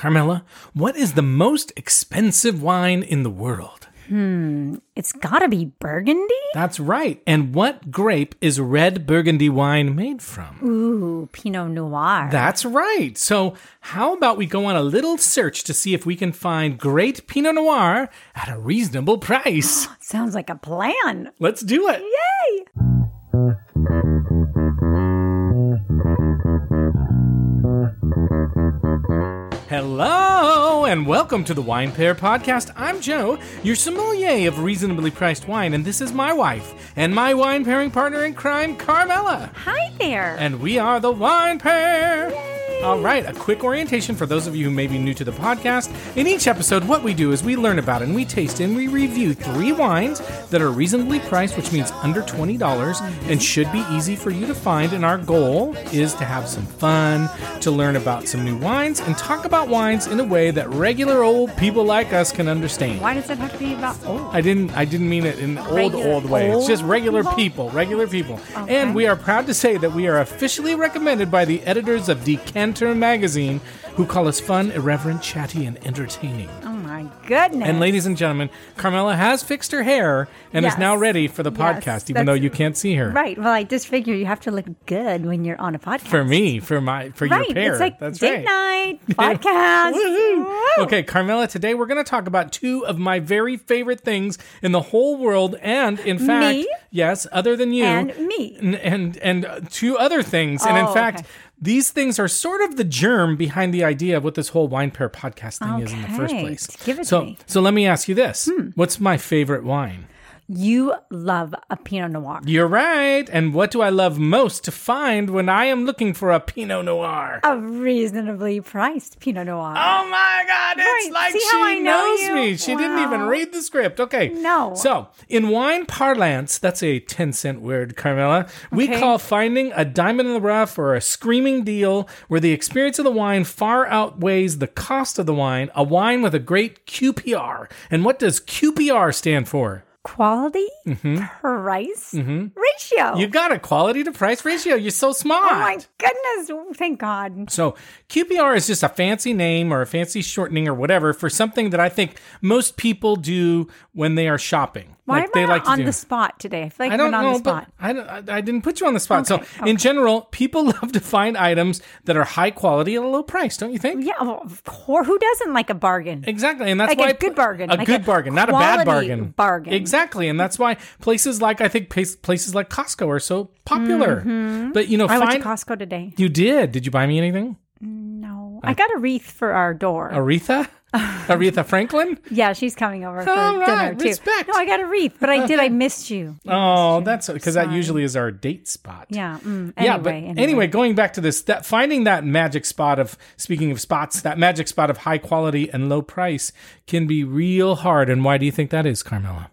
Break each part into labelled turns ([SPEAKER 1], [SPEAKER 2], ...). [SPEAKER 1] Carmela, what is the most expensive wine in the world?
[SPEAKER 2] It's gotta be burgundy?
[SPEAKER 1] That's right. And what grape is red burgundy wine made from?
[SPEAKER 2] Ooh, Pinot Noir.
[SPEAKER 1] That's right. So, how about we go on a little search to see if we can find great Pinot Noir at a reasonable price?
[SPEAKER 2] Sounds like a plan.
[SPEAKER 1] Let's do it.
[SPEAKER 2] Yay!
[SPEAKER 1] Hello, and welcome to the Wine Pair Podcast. I'm Joe, your sommelier of reasonably priced wine, and this is my wife and my wine pairing partner in crime, Carmela.
[SPEAKER 2] Hi there.
[SPEAKER 1] And we are the Wine Pair. All right, a quick orientation for those of you who may be new to the podcast. In each episode, what we do is we learn about and we taste and we review three wines that are reasonably priced, which means under $20 and should be easy for you to find. And our goal is to have some fun, to learn about some new wines, and talk about wines in a way that regular old people like us can understand.
[SPEAKER 2] Why does it have to be about old?
[SPEAKER 1] I didn't. I didn't mean it in an old,
[SPEAKER 2] Regular-
[SPEAKER 1] old way. It's
[SPEAKER 2] old
[SPEAKER 1] just regular
[SPEAKER 2] people?
[SPEAKER 1] people, regular people.
[SPEAKER 2] Okay.
[SPEAKER 1] And we are proud to say that we are officially recommended by the editors of Decanter magazine, who call us fun, irreverent, chatty, and entertaining.
[SPEAKER 2] Oh my goodness.
[SPEAKER 1] And ladies and gentlemen, Carmela has fixed her hair and is
[SPEAKER 2] Yes.
[SPEAKER 1] now ready for the
[SPEAKER 2] Yes,
[SPEAKER 1] podcast, even
[SPEAKER 2] that's-
[SPEAKER 1] though you can't see her.
[SPEAKER 2] Right. Well, I just figure you have to look good when you're on a podcast.
[SPEAKER 1] For me, for my, for
[SPEAKER 2] right.
[SPEAKER 1] your pair.
[SPEAKER 2] It's like
[SPEAKER 1] That's
[SPEAKER 2] date
[SPEAKER 1] right.
[SPEAKER 2] night, podcast.
[SPEAKER 1] Woohoo!
[SPEAKER 2] Woo.
[SPEAKER 1] Okay, Carmela, today we're going to talk about two of my very favorite things in the whole world, and in fact,
[SPEAKER 2] Me?
[SPEAKER 1] yes, other than you
[SPEAKER 2] And me.
[SPEAKER 1] and and, and uh, two other things. and in
[SPEAKER 2] Oh,
[SPEAKER 1] fact,
[SPEAKER 2] okay.
[SPEAKER 1] these things are sort of the germ behind the idea of what this whole wine pair podcast thing is in the first
[SPEAKER 2] Okay,
[SPEAKER 1] place.
[SPEAKER 2] give it to
[SPEAKER 1] so,
[SPEAKER 2] me. Hmm.
[SPEAKER 1] so let me ask you this: What's my favorite wine?
[SPEAKER 2] You love a Pinot Noir.
[SPEAKER 1] You're right. And what do I love most to find when I am looking for a Pinot Noir?
[SPEAKER 2] A reasonably priced Pinot Noir.
[SPEAKER 1] Oh my God, it's
[SPEAKER 2] Right,
[SPEAKER 1] like
[SPEAKER 2] see
[SPEAKER 1] she
[SPEAKER 2] how I know
[SPEAKER 1] knows
[SPEAKER 2] you?
[SPEAKER 1] me. She didn't even
[SPEAKER 2] Wow.
[SPEAKER 1] read the script. Okay.
[SPEAKER 2] No.
[SPEAKER 1] So, in wine parlance, that's a 10 cent word, Carmela, we
[SPEAKER 2] Okay.
[SPEAKER 1] call finding a diamond in the rough or a screaming deal where the experience of the wine far outweighs the cost of the wine, a wine with a great QPR. And what does QPR stand for?
[SPEAKER 2] Quality, price, ratio.
[SPEAKER 1] Mm-hmm. You got a quality to price ratio. You're so smart.
[SPEAKER 2] oh my goodness. Thank God.
[SPEAKER 1] So QPR is just a fancy name or a fancy shortening or whatever for something that I think most people do when they are shopping.
[SPEAKER 2] Why
[SPEAKER 1] like
[SPEAKER 2] am
[SPEAKER 1] they
[SPEAKER 2] I
[SPEAKER 1] like
[SPEAKER 2] on
[SPEAKER 1] to do.
[SPEAKER 2] the spot today? I feel like
[SPEAKER 1] I
[SPEAKER 2] I
[SPEAKER 1] don't
[SPEAKER 2] am on
[SPEAKER 1] know,
[SPEAKER 2] the
[SPEAKER 1] but
[SPEAKER 2] spot.
[SPEAKER 1] I, don't- I- I didn't put you on the spot. so,
[SPEAKER 2] Okay,
[SPEAKER 1] in general, people love to find items that are high quality at a low price, don't you think?
[SPEAKER 2] Yeah, well, of course. Who doesn't like a bargain?
[SPEAKER 1] Exactly, and that's
[SPEAKER 2] Like a
[SPEAKER 1] why
[SPEAKER 2] good bargain,
[SPEAKER 1] a
[SPEAKER 2] like
[SPEAKER 1] good
[SPEAKER 2] a
[SPEAKER 1] bargain, not a bad
[SPEAKER 2] quality
[SPEAKER 1] bargain.
[SPEAKER 2] bargain.
[SPEAKER 1] exactly, and that's why places like I think place- places like Costco are so popular. But you know,
[SPEAKER 2] Mm-hmm. I went to
[SPEAKER 1] find
[SPEAKER 2] Costco today.
[SPEAKER 1] you did. Did you buy me anything,
[SPEAKER 2] No, I got a wreath for our door.
[SPEAKER 1] Aretha? Aretha Franklin?
[SPEAKER 2] yeah, she's coming over for
[SPEAKER 1] All
[SPEAKER 2] dinner
[SPEAKER 1] right,
[SPEAKER 2] too.
[SPEAKER 1] respect.
[SPEAKER 2] No, I got a wreath, but I did. I missed you.
[SPEAKER 1] Oh, that's because that usually is our date spot.
[SPEAKER 2] Yeah. Mm, anyway,
[SPEAKER 1] Yeah, but anyway. going back to this, that finding that magic spot of speaking of spots, that magic spot of high quality and low price can be real hard. And why do you think that is, Carmela?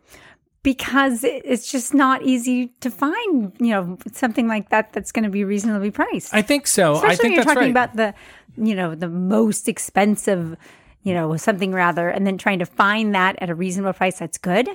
[SPEAKER 2] because it- it's just not easy to find, you know, something like that that's going to be reasonably priced.
[SPEAKER 1] I think so.
[SPEAKER 2] Especially
[SPEAKER 1] I think
[SPEAKER 2] when you're
[SPEAKER 1] that's
[SPEAKER 2] talking
[SPEAKER 1] right.
[SPEAKER 2] about the, you know, the most expensive, you know, something rather, and then trying to find that at a reasonable price that's good.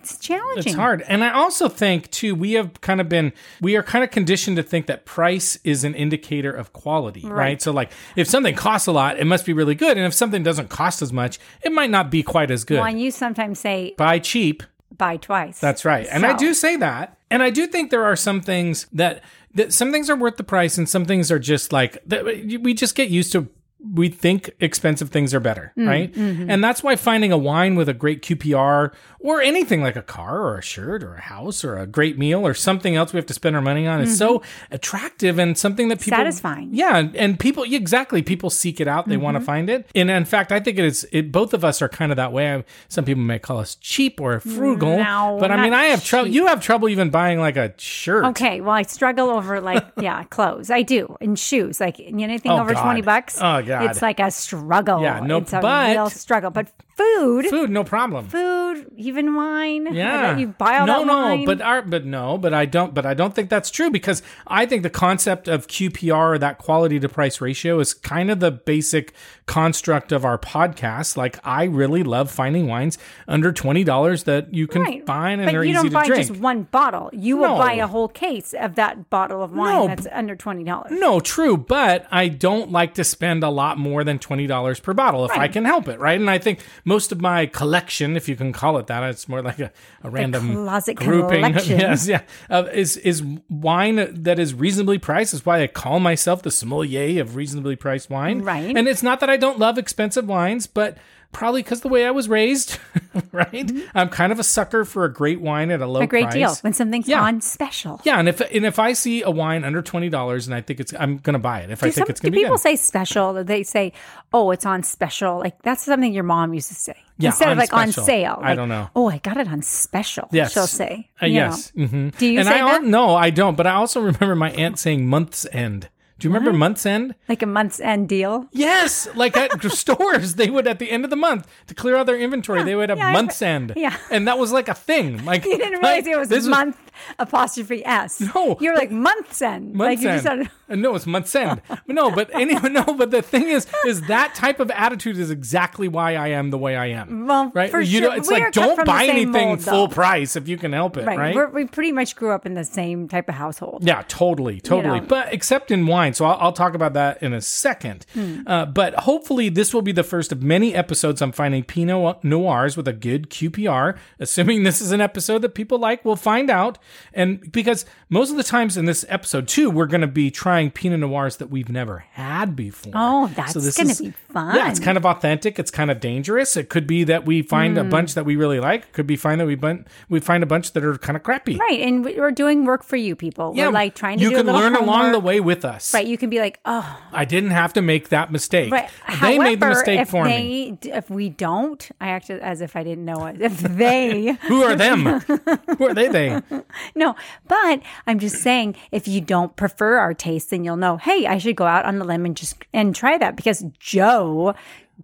[SPEAKER 2] It's challenging.
[SPEAKER 1] It's hard. And I also think, too, we have kind of been, we are kind of conditioned to think that price is an indicator of quality, right? So, like, if something costs a lot, it must be really good. And if something doesn't cost as much, it might not be quite as good.
[SPEAKER 2] Well, and you sometimes say
[SPEAKER 1] Buy cheap,
[SPEAKER 2] buy twice.
[SPEAKER 1] That's right. And I
[SPEAKER 2] So-
[SPEAKER 1] do say that. And I do think there are some things that, that some things are worth the price and some things are just like that we just get used to we think expensive things are better,
[SPEAKER 2] Mm,
[SPEAKER 1] right?
[SPEAKER 2] mm-hmm.
[SPEAKER 1] And that's why finding a wine with a great QPR or anything like a car or a shirt or a house or a great meal or something else we have to spend our money on is so attractive and something that people
[SPEAKER 2] Mm-hmm. Satisfying. Mm-hmm.
[SPEAKER 1] yeah, and, and people yeah, exactly people seek it out. They want to find it. And in fact, I think it is. It, both of us are kind of that way. I, some people may call us cheap or frugal,
[SPEAKER 2] No,
[SPEAKER 1] but I
[SPEAKER 2] not
[SPEAKER 1] mean, I have trouble.
[SPEAKER 2] cheap.
[SPEAKER 1] You have trouble even buying like a shirt.
[SPEAKER 2] Okay, well, I struggle over like yeah, clothes. I do, and shoes. Like you know, anything
[SPEAKER 1] Oh,
[SPEAKER 2] over
[SPEAKER 1] God.
[SPEAKER 2] twenty bucks.
[SPEAKER 1] Oh, God.
[SPEAKER 2] it's like a struggle.
[SPEAKER 1] Yeah, no,
[SPEAKER 2] it's a
[SPEAKER 1] but-
[SPEAKER 2] real struggle. But food, food,
[SPEAKER 1] Food, no problem.
[SPEAKER 2] even wine. I
[SPEAKER 1] Yeah,
[SPEAKER 2] bet you buy all
[SPEAKER 1] no,
[SPEAKER 2] that
[SPEAKER 1] no,
[SPEAKER 2] wine.
[SPEAKER 1] but our, but no, but I don't, but I don't think that's true because I think the concept of QPR, that quality to price ratio, is kind of the basic construct of our podcast. Like, I really love finding wines under twenty dollars that you can
[SPEAKER 2] Right.
[SPEAKER 1] find and
[SPEAKER 2] But
[SPEAKER 1] are
[SPEAKER 2] you
[SPEAKER 1] easy
[SPEAKER 2] don't
[SPEAKER 1] to
[SPEAKER 2] buy
[SPEAKER 1] drink.
[SPEAKER 2] just one bottle. You will
[SPEAKER 1] No.
[SPEAKER 2] buy a whole case of that bottle of wine
[SPEAKER 1] No,
[SPEAKER 2] that's under twenty dollars.
[SPEAKER 1] No, true, but I don't like to spend a lot more than twenty dollars per bottle if I
[SPEAKER 2] Right.
[SPEAKER 1] can help it, right? And I think most of my collection, if you can call it that, it's more like a, a random
[SPEAKER 2] closet
[SPEAKER 1] grouping.
[SPEAKER 2] collection.
[SPEAKER 1] Yes, yeah, uh, is is wine that is reasonably priced. Is why I call myself the sommelier of reasonably priced wine.
[SPEAKER 2] Right.
[SPEAKER 1] and it's not that I don't love expensive wines, but. Probably because the way I was raised, right? I'm kind of a sucker for a great wine at a low
[SPEAKER 2] Mm-hmm. A great
[SPEAKER 1] price.
[SPEAKER 2] deal when something's
[SPEAKER 1] Yeah.
[SPEAKER 2] on special.
[SPEAKER 1] Yeah, and if and if I see a wine under twenty dollars and I think it's I'm gonna buy it if I
[SPEAKER 2] Do,
[SPEAKER 1] think
[SPEAKER 2] some-
[SPEAKER 1] it's gonna
[SPEAKER 2] do
[SPEAKER 1] be
[SPEAKER 2] people
[SPEAKER 1] good.
[SPEAKER 2] say special? Or They say, "Oh, it's on special." Like that's something your mom used to say
[SPEAKER 1] Yeah,
[SPEAKER 2] instead
[SPEAKER 1] on
[SPEAKER 2] of like
[SPEAKER 1] special.
[SPEAKER 2] on sale.
[SPEAKER 1] I
[SPEAKER 2] like,
[SPEAKER 1] don't know.
[SPEAKER 2] Oh, I got it on special.
[SPEAKER 1] Yes.
[SPEAKER 2] she'll say.
[SPEAKER 1] Uh,
[SPEAKER 2] you know.
[SPEAKER 1] yes. hmm
[SPEAKER 2] Do you
[SPEAKER 1] and
[SPEAKER 2] say
[SPEAKER 1] I al-
[SPEAKER 2] that?
[SPEAKER 1] no, I don't. But I also remember my aunt saying month's end. Do you remember month's end?
[SPEAKER 2] like a month's end deal.
[SPEAKER 1] Yes, like at stores, they would at the end of the month to clear out their inventory, they would have
[SPEAKER 2] yeah, I
[SPEAKER 1] month's
[SPEAKER 2] re-
[SPEAKER 1] end.
[SPEAKER 2] yeah.
[SPEAKER 1] and that was like a thing. Like
[SPEAKER 2] You didn't realize
[SPEAKER 1] like,
[SPEAKER 2] it was
[SPEAKER 1] this
[SPEAKER 2] month apostrophe s.
[SPEAKER 1] No,
[SPEAKER 2] you're like month's end. like
[SPEAKER 1] Month's
[SPEAKER 2] you
[SPEAKER 1] end.
[SPEAKER 2] just started,
[SPEAKER 1] Uh, no, it's month's end. no, but anyway, no. But the thing is, is that type of attitude is exactly why I am the way I am.
[SPEAKER 2] Well,
[SPEAKER 1] right?
[SPEAKER 2] for
[SPEAKER 1] you
[SPEAKER 2] sure.
[SPEAKER 1] Don't, it's
[SPEAKER 2] We are
[SPEAKER 1] like
[SPEAKER 2] cut
[SPEAKER 1] don't
[SPEAKER 2] from the
[SPEAKER 1] buy
[SPEAKER 2] same
[SPEAKER 1] anything
[SPEAKER 2] mold,
[SPEAKER 1] full
[SPEAKER 2] though.
[SPEAKER 1] price if you can help it. Right.
[SPEAKER 2] right? We're, we pretty much grew up in the same type of household.
[SPEAKER 1] Yeah, totally, totally.
[SPEAKER 2] know.
[SPEAKER 1] But except in wine, so I'll, I'll talk about that in a second.
[SPEAKER 2] Hmm.
[SPEAKER 1] Uh, but hopefully, this will be the first of many episodes on finding Pinot Noirs with a good QPR. Assuming this is an episode that people like, we'll find out. And because most of the times in this episode too, we're going to be trying Pinot Noirs that we've never had before.
[SPEAKER 2] Oh, that's
[SPEAKER 1] this
[SPEAKER 2] gonna
[SPEAKER 1] is-
[SPEAKER 2] be
[SPEAKER 1] Yeah, it's
[SPEAKER 2] fun.
[SPEAKER 1] kind of authentic. It's kind of dangerous. It could be that we find
[SPEAKER 2] Hmm.
[SPEAKER 1] a bunch that we really like. It could be find that we bun- we find a bunch that are kind of crappy.
[SPEAKER 2] Right, and we- we're doing work for you people. we're like trying to
[SPEAKER 1] you
[SPEAKER 2] do a
[SPEAKER 1] can
[SPEAKER 2] little
[SPEAKER 1] learn along the
[SPEAKER 2] homework.
[SPEAKER 1] way with us.
[SPEAKER 2] Right, you can be like, oh,
[SPEAKER 1] I didn't have to make that mistake.
[SPEAKER 2] but
[SPEAKER 1] they
[SPEAKER 2] however,
[SPEAKER 1] made the mistake
[SPEAKER 2] if
[SPEAKER 1] for
[SPEAKER 2] they,
[SPEAKER 1] me.
[SPEAKER 2] d- if we don't, I act as if I didn't know it. If they,
[SPEAKER 1] Who are them? Who are they? They.
[SPEAKER 2] no, but I'm just saying, if you don't prefer our taste, then you'll know. Hey, I should go out on the limb and just and try that because Joe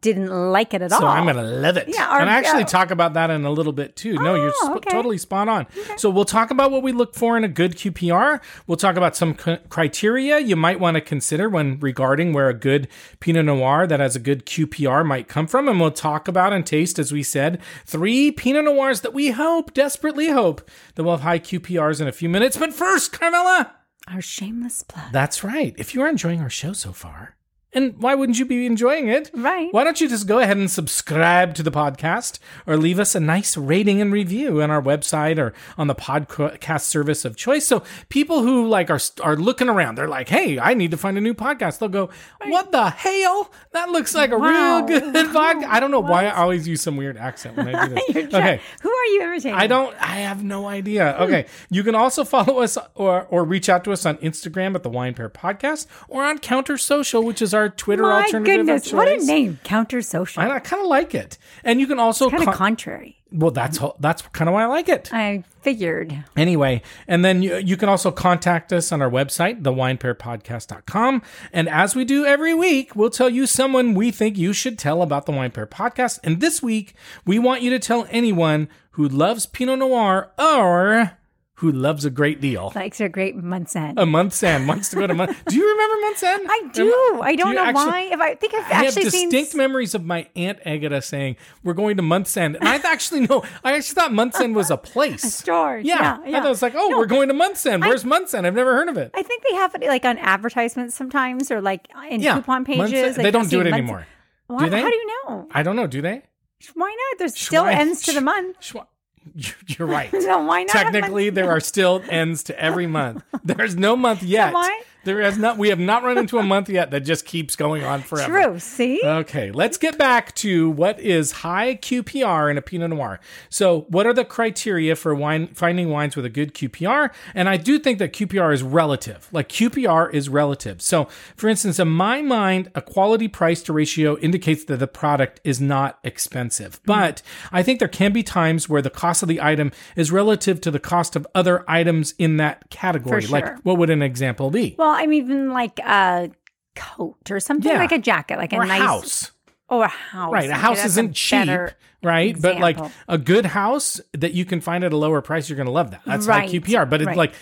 [SPEAKER 2] didn't like it at all.
[SPEAKER 1] So I'm gonna love it.
[SPEAKER 2] Yeah, or-
[SPEAKER 1] and I actually
[SPEAKER 2] yeah.
[SPEAKER 1] talk about that in a little bit too. no, you're
[SPEAKER 2] Oh,
[SPEAKER 1] sp-
[SPEAKER 2] okay.
[SPEAKER 1] totally spot on. So we'll talk about what we look for in a good QPR. We'll talk about some c- criteria you might want to consider when regarding where a good Pinot Noir that has a good QPR might come from, and we'll talk about and taste, as we said, three Pinot Noirs that we hope desperately hope that we'll have high QPRs in a few minutes. But first, Carmela.
[SPEAKER 2] our shameless plug.
[SPEAKER 1] That's right. If you're enjoying our show so far, and why wouldn't you be enjoying it?
[SPEAKER 2] Right.
[SPEAKER 1] Why don't you just go ahead and subscribe to the podcast or leave us a nice rating and review on our website or on the podcast service of choice? So people who like are are looking around, they're like, "Hey, I need to find a new podcast." They'll go, "What the hell? That looks like a real
[SPEAKER 2] Wow.
[SPEAKER 1] good podcast." I don't know why I always use some weird accent when I do this.
[SPEAKER 2] You're
[SPEAKER 1] okay.
[SPEAKER 2] trying- Who are you imitating?
[SPEAKER 1] I don't. I have no
[SPEAKER 2] Hmm.
[SPEAKER 1] idea. Okay, you can also follow us or or reach out to us on Instagram at the Wine Pair Podcast or on Counter Social, which is our Twitter
[SPEAKER 2] My
[SPEAKER 1] alternative. of
[SPEAKER 2] goodness, what a
[SPEAKER 1] choice.
[SPEAKER 2] name! Counter social.
[SPEAKER 1] And I kind of like it. And you can also
[SPEAKER 2] Kind of
[SPEAKER 1] con-
[SPEAKER 2] contrary.
[SPEAKER 1] well, that's ho- that's kind of why I like it.
[SPEAKER 2] I figured.
[SPEAKER 1] Anyway, and then you, you can also contact us on our website, thewinepairpodcast.com. And as we do every week, we'll tell you someone we think you should tell about the Wine Pair Podcast. And this week, we want you to tell anyone who loves Pinot Noir or who loves a great deal.
[SPEAKER 2] Likes are great month's end.
[SPEAKER 1] A month's end wants to go to month. Do you remember month's end?
[SPEAKER 2] I do. I don't
[SPEAKER 1] you
[SPEAKER 2] know
[SPEAKER 1] actually-
[SPEAKER 2] why. If I think I've
[SPEAKER 1] I have
[SPEAKER 2] actually seen
[SPEAKER 1] distinct memories of my aunt Agata saying, "We're going to Month's End," and I actually know. I actually thought Month's End was a place, a
[SPEAKER 2] store.
[SPEAKER 1] Yeah,
[SPEAKER 2] Yeah, yeah.
[SPEAKER 1] I thought it was like, "Oh,
[SPEAKER 2] No,
[SPEAKER 1] we're going to Month's End." Where's Month's End? I've never heard of it.
[SPEAKER 2] I think they have it like on advertisements sometimes, or like in
[SPEAKER 1] yeah,
[SPEAKER 2] coupon
[SPEAKER 1] Month's-
[SPEAKER 2] pages. like,
[SPEAKER 1] they
[SPEAKER 2] you'll
[SPEAKER 1] don't
[SPEAKER 2] see
[SPEAKER 1] do it
[SPEAKER 2] months-
[SPEAKER 1] anymore.
[SPEAKER 2] Why-
[SPEAKER 1] Do they?
[SPEAKER 2] How do you know?
[SPEAKER 1] I don't know. Do they?
[SPEAKER 2] Why not? There's still
[SPEAKER 1] Why-
[SPEAKER 2] ends to the month.
[SPEAKER 1] Schwa- You're right.
[SPEAKER 2] So why not? have
[SPEAKER 1] Technically,
[SPEAKER 2] months?
[SPEAKER 1] there are still ends to every month. There's no month yet.
[SPEAKER 2] why?
[SPEAKER 1] There has not. We have not run into a month yet that just keeps going on forever. Uh.
[SPEAKER 2] True. See,
[SPEAKER 1] Okay, let's get back to what is high QPR in a Pinot Noir. So, what are the criteria for wine finding wines with a good QPR? And I do think that QPR is relative. Like QPR is relative. So, for instance, in my mind, a quality price to ratio indicates that the product is not expensive. But I think there can be times where the cost of the item is relative to the cost of other items in that category.
[SPEAKER 2] sure.
[SPEAKER 1] Like, what would an example be?
[SPEAKER 2] well, I'm even like a coat or something
[SPEAKER 1] Yeah.
[SPEAKER 2] like a jacket, like a
[SPEAKER 1] or a
[SPEAKER 2] nice
[SPEAKER 1] house.
[SPEAKER 2] or a house.
[SPEAKER 1] Right. A
[SPEAKER 2] Okay,
[SPEAKER 1] house
[SPEAKER 2] that's
[SPEAKER 1] isn't cheap,
[SPEAKER 2] better-
[SPEAKER 1] right? But like
[SPEAKER 2] example.
[SPEAKER 1] a good house that you can find at a lower price, you're going to love that. That's
[SPEAKER 2] Right,
[SPEAKER 1] high QPR. But it's
[SPEAKER 2] right.
[SPEAKER 1] like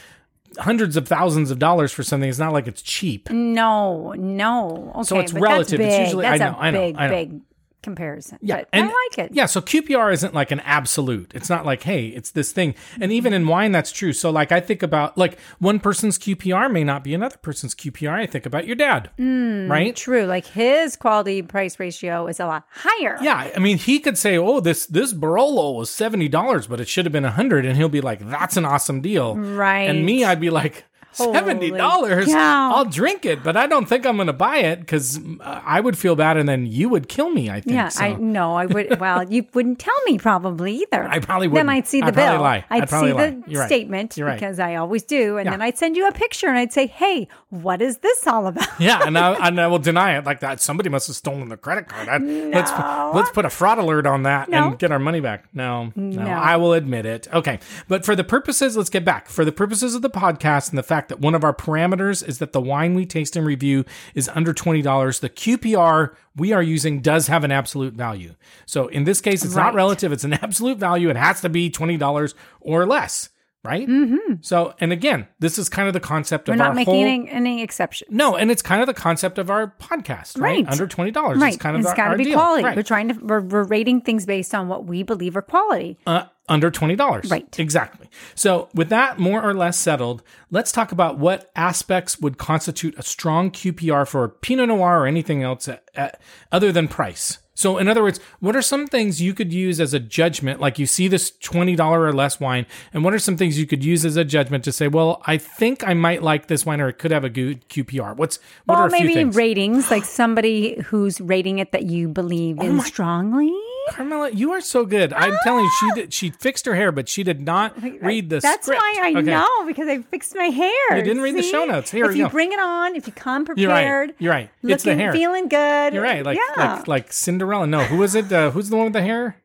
[SPEAKER 1] hundreds of thousands of dollars for something. It's not like it's cheap.
[SPEAKER 2] No, no. Okay,
[SPEAKER 1] So it's
[SPEAKER 2] but
[SPEAKER 1] relative.
[SPEAKER 2] That's
[SPEAKER 1] It's
[SPEAKER 2] big.
[SPEAKER 1] usually- I
[SPEAKER 2] that's
[SPEAKER 1] know,
[SPEAKER 2] a
[SPEAKER 1] I know,
[SPEAKER 2] big,
[SPEAKER 1] I know.
[SPEAKER 2] big comparison.
[SPEAKER 1] Yeah,
[SPEAKER 2] but
[SPEAKER 1] and-
[SPEAKER 2] I like it.
[SPEAKER 1] Yeah, so QPR isn't like an absolute. It's not like, hey, it's this thing. And even in wine, that's true. So, like, I think about like one person's QPR may not be another person's QPR. I think about your dad,
[SPEAKER 2] Hmm.
[SPEAKER 1] right?
[SPEAKER 2] True. Like his quality price ratio is a lot higher.
[SPEAKER 1] Yeah, I mean, he could say, "Oh, this this Barolo was seventy dollars, but it should have been a hundred, and he'll be like, "That's an awesome deal."
[SPEAKER 2] Right.
[SPEAKER 1] And me, I'd be like.
[SPEAKER 2] Holy
[SPEAKER 1] Seventy dollars.
[SPEAKER 2] cow.
[SPEAKER 1] I'll drink it, but I don't think I'm going to buy it because I would feel bad, and then you would kill me. I think.
[SPEAKER 2] Yeah,
[SPEAKER 1] so.
[SPEAKER 2] I no, I would. Well, you wouldn't tell me probably either.
[SPEAKER 1] I probably
[SPEAKER 2] Then
[SPEAKER 1] wouldn't.
[SPEAKER 2] I'd see the
[SPEAKER 1] I'd probably
[SPEAKER 2] bill.
[SPEAKER 1] lie. I'd
[SPEAKER 2] I'd,
[SPEAKER 1] probably
[SPEAKER 2] see
[SPEAKER 1] lie.
[SPEAKER 2] the
[SPEAKER 1] You're right.
[SPEAKER 2] statement
[SPEAKER 1] You're right.
[SPEAKER 2] because I always do, and then
[SPEAKER 1] Yeah.
[SPEAKER 2] I'd send you a picture and I'd say, "Hey, what is this all about?"
[SPEAKER 1] Yeah, and I, and I will deny it like that. Somebody must have stolen the credit card. I, Let's
[SPEAKER 2] No.
[SPEAKER 1] let's put a fraud alert on that
[SPEAKER 2] No.
[SPEAKER 1] and get our money back. No, no,
[SPEAKER 2] No.
[SPEAKER 1] I will admit it. Okay, but for the purposes, let's get back for the purposes of the podcast and the fact that one of our parameters is that the wine we taste and review is under twenty dollars. The QPR we are using does have an absolute value. So in this case, it's not
[SPEAKER 2] Right.
[SPEAKER 1] relative; it's an absolute value. It has to be twenty dollars or less. Right. Mm-hmm. So, and again, this is kind of the concept
[SPEAKER 2] We're
[SPEAKER 1] of
[SPEAKER 2] not
[SPEAKER 1] our
[SPEAKER 2] making
[SPEAKER 1] whole
[SPEAKER 2] any, any exception.
[SPEAKER 1] no, and it's kind of the concept of our podcast, right?
[SPEAKER 2] Right.
[SPEAKER 1] Under twenty dollars,
[SPEAKER 2] Right,
[SPEAKER 1] It's kind of
[SPEAKER 2] it's
[SPEAKER 1] our-
[SPEAKER 2] got
[SPEAKER 1] our
[SPEAKER 2] to be
[SPEAKER 1] deal.
[SPEAKER 2] quality.
[SPEAKER 1] right?
[SPEAKER 2] We're trying to we're, we're rating things based on what we believe are quality.
[SPEAKER 1] uh, under twenty dollars,
[SPEAKER 2] Right.
[SPEAKER 1] Exactly. So, with that more or less settled, let's talk about what aspects would constitute a strong QPR for Pinot Noir or anything else uh uh other than price. So, in other words, what are some things you could use as a judgment? Like you see this twenty dollar or less wine, and what are some things you could use as a judgment to say, "Well, I think I might like this wine, or it could have a good QPR." What's what are
[SPEAKER 2] Well,
[SPEAKER 1] a few
[SPEAKER 2] maybe
[SPEAKER 1] things?
[SPEAKER 2] ratings, like somebody who's rating it that you believe
[SPEAKER 1] Oh
[SPEAKER 2] in strongly.
[SPEAKER 1] Carmela, you are so good. I'm telling you, she did, she fixed her hair, but she did not read the
[SPEAKER 2] Ah! That's
[SPEAKER 1] script.
[SPEAKER 2] why I
[SPEAKER 1] Okay.
[SPEAKER 2] know because I fixed my hair. You
[SPEAKER 1] didn't read the show notes. Here
[SPEAKER 2] if
[SPEAKER 1] we
[SPEAKER 2] you
[SPEAKER 1] go.
[SPEAKER 2] bring it on, if you come prepared,
[SPEAKER 1] You're right. You're right.
[SPEAKER 2] Looking,
[SPEAKER 1] it's the hair.
[SPEAKER 2] feeling good.
[SPEAKER 1] You're right. Like,
[SPEAKER 2] yeah,
[SPEAKER 1] like like Cinderella. No, who was it? Uh, who's the one with the hair?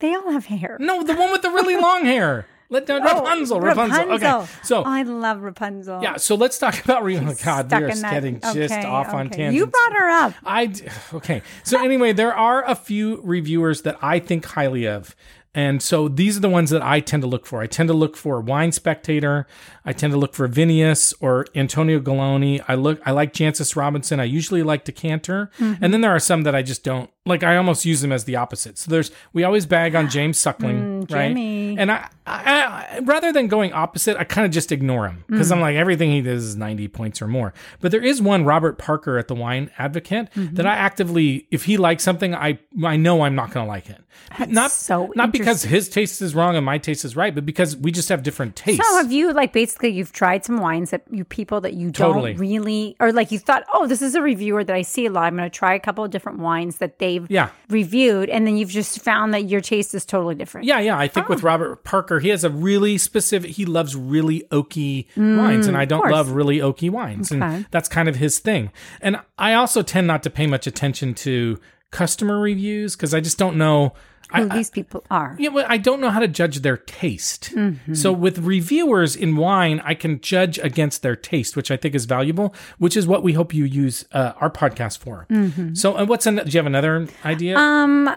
[SPEAKER 2] they all have hair.
[SPEAKER 1] No, the one with the really long hair. Let down
[SPEAKER 2] Oh,
[SPEAKER 1] Rapunzel, Rapunzel. Okay. So
[SPEAKER 2] Oh, I love Rapunzel.
[SPEAKER 1] yeah, so let's talk about Rapunzel. God,
[SPEAKER 2] Stuck
[SPEAKER 1] we are
[SPEAKER 2] in that-
[SPEAKER 1] getting just
[SPEAKER 2] okay,
[SPEAKER 1] off on
[SPEAKER 2] okay.
[SPEAKER 1] tangents.
[SPEAKER 2] You brought her up.
[SPEAKER 1] I d- okay. So anyway, there are a few reviewers that I think highly of. And so these are the ones that I tend to look for. I tend to look for Wine Spectator. I tend to look for Vinius or Antonio Galoni. I look I like Jancis Robinson. I usually like Decanter. And then there are some that I just don't like I almost use them as the opposite. So there's we always bag on James Suckling, right?
[SPEAKER 2] Jimmy.
[SPEAKER 1] And I, I, I rather than going opposite, I kind of just ignore him because
[SPEAKER 2] Mm.
[SPEAKER 1] I'm like everything he does is 90 points or more. But there is one Robert Parker at the Wine Advocate
[SPEAKER 2] Mm-hmm.
[SPEAKER 1] that I actively, if he likes something, I I know I'm not going to like it. not
[SPEAKER 2] so
[SPEAKER 1] not because his taste is wrong and my taste is right, but because we just have different tastes.
[SPEAKER 2] So have you like basically you've tried some wines that you people that you
[SPEAKER 1] Totally.
[SPEAKER 2] don't really or like you thought oh this is a reviewer that I see a lot I'm going to try a couple of different wines that they've
[SPEAKER 1] Yeah.
[SPEAKER 2] reviewed and then you've just found that your taste is totally different.
[SPEAKER 1] Yeah, yeah. I think
[SPEAKER 2] Oh.
[SPEAKER 1] with Robert Parker, he has a really specific. He loves really oaky wines, and I don't
[SPEAKER 2] Mm, course.
[SPEAKER 1] love really oaky wines, and
[SPEAKER 2] Okay.
[SPEAKER 1] that's kind of his thing. And I also tend not to pay much attention to customer reviews because I just don't know. I,
[SPEAKER 2] who these people are.
[SPEAKER 1] yeah, well, I don't know how to judge their taste.
[SPEAKER 2] Mm-hmm.
[SPEAKER 1] So with reviewers in wine, I can judge against their taste, which I think is valuable, which is what we hope you use uh, our podcast for.
[SPEAKER 2] Mm-hmm.
[SPEAKER 1] So, and what's an, do you have another idea?
[SPEAKER 2] Um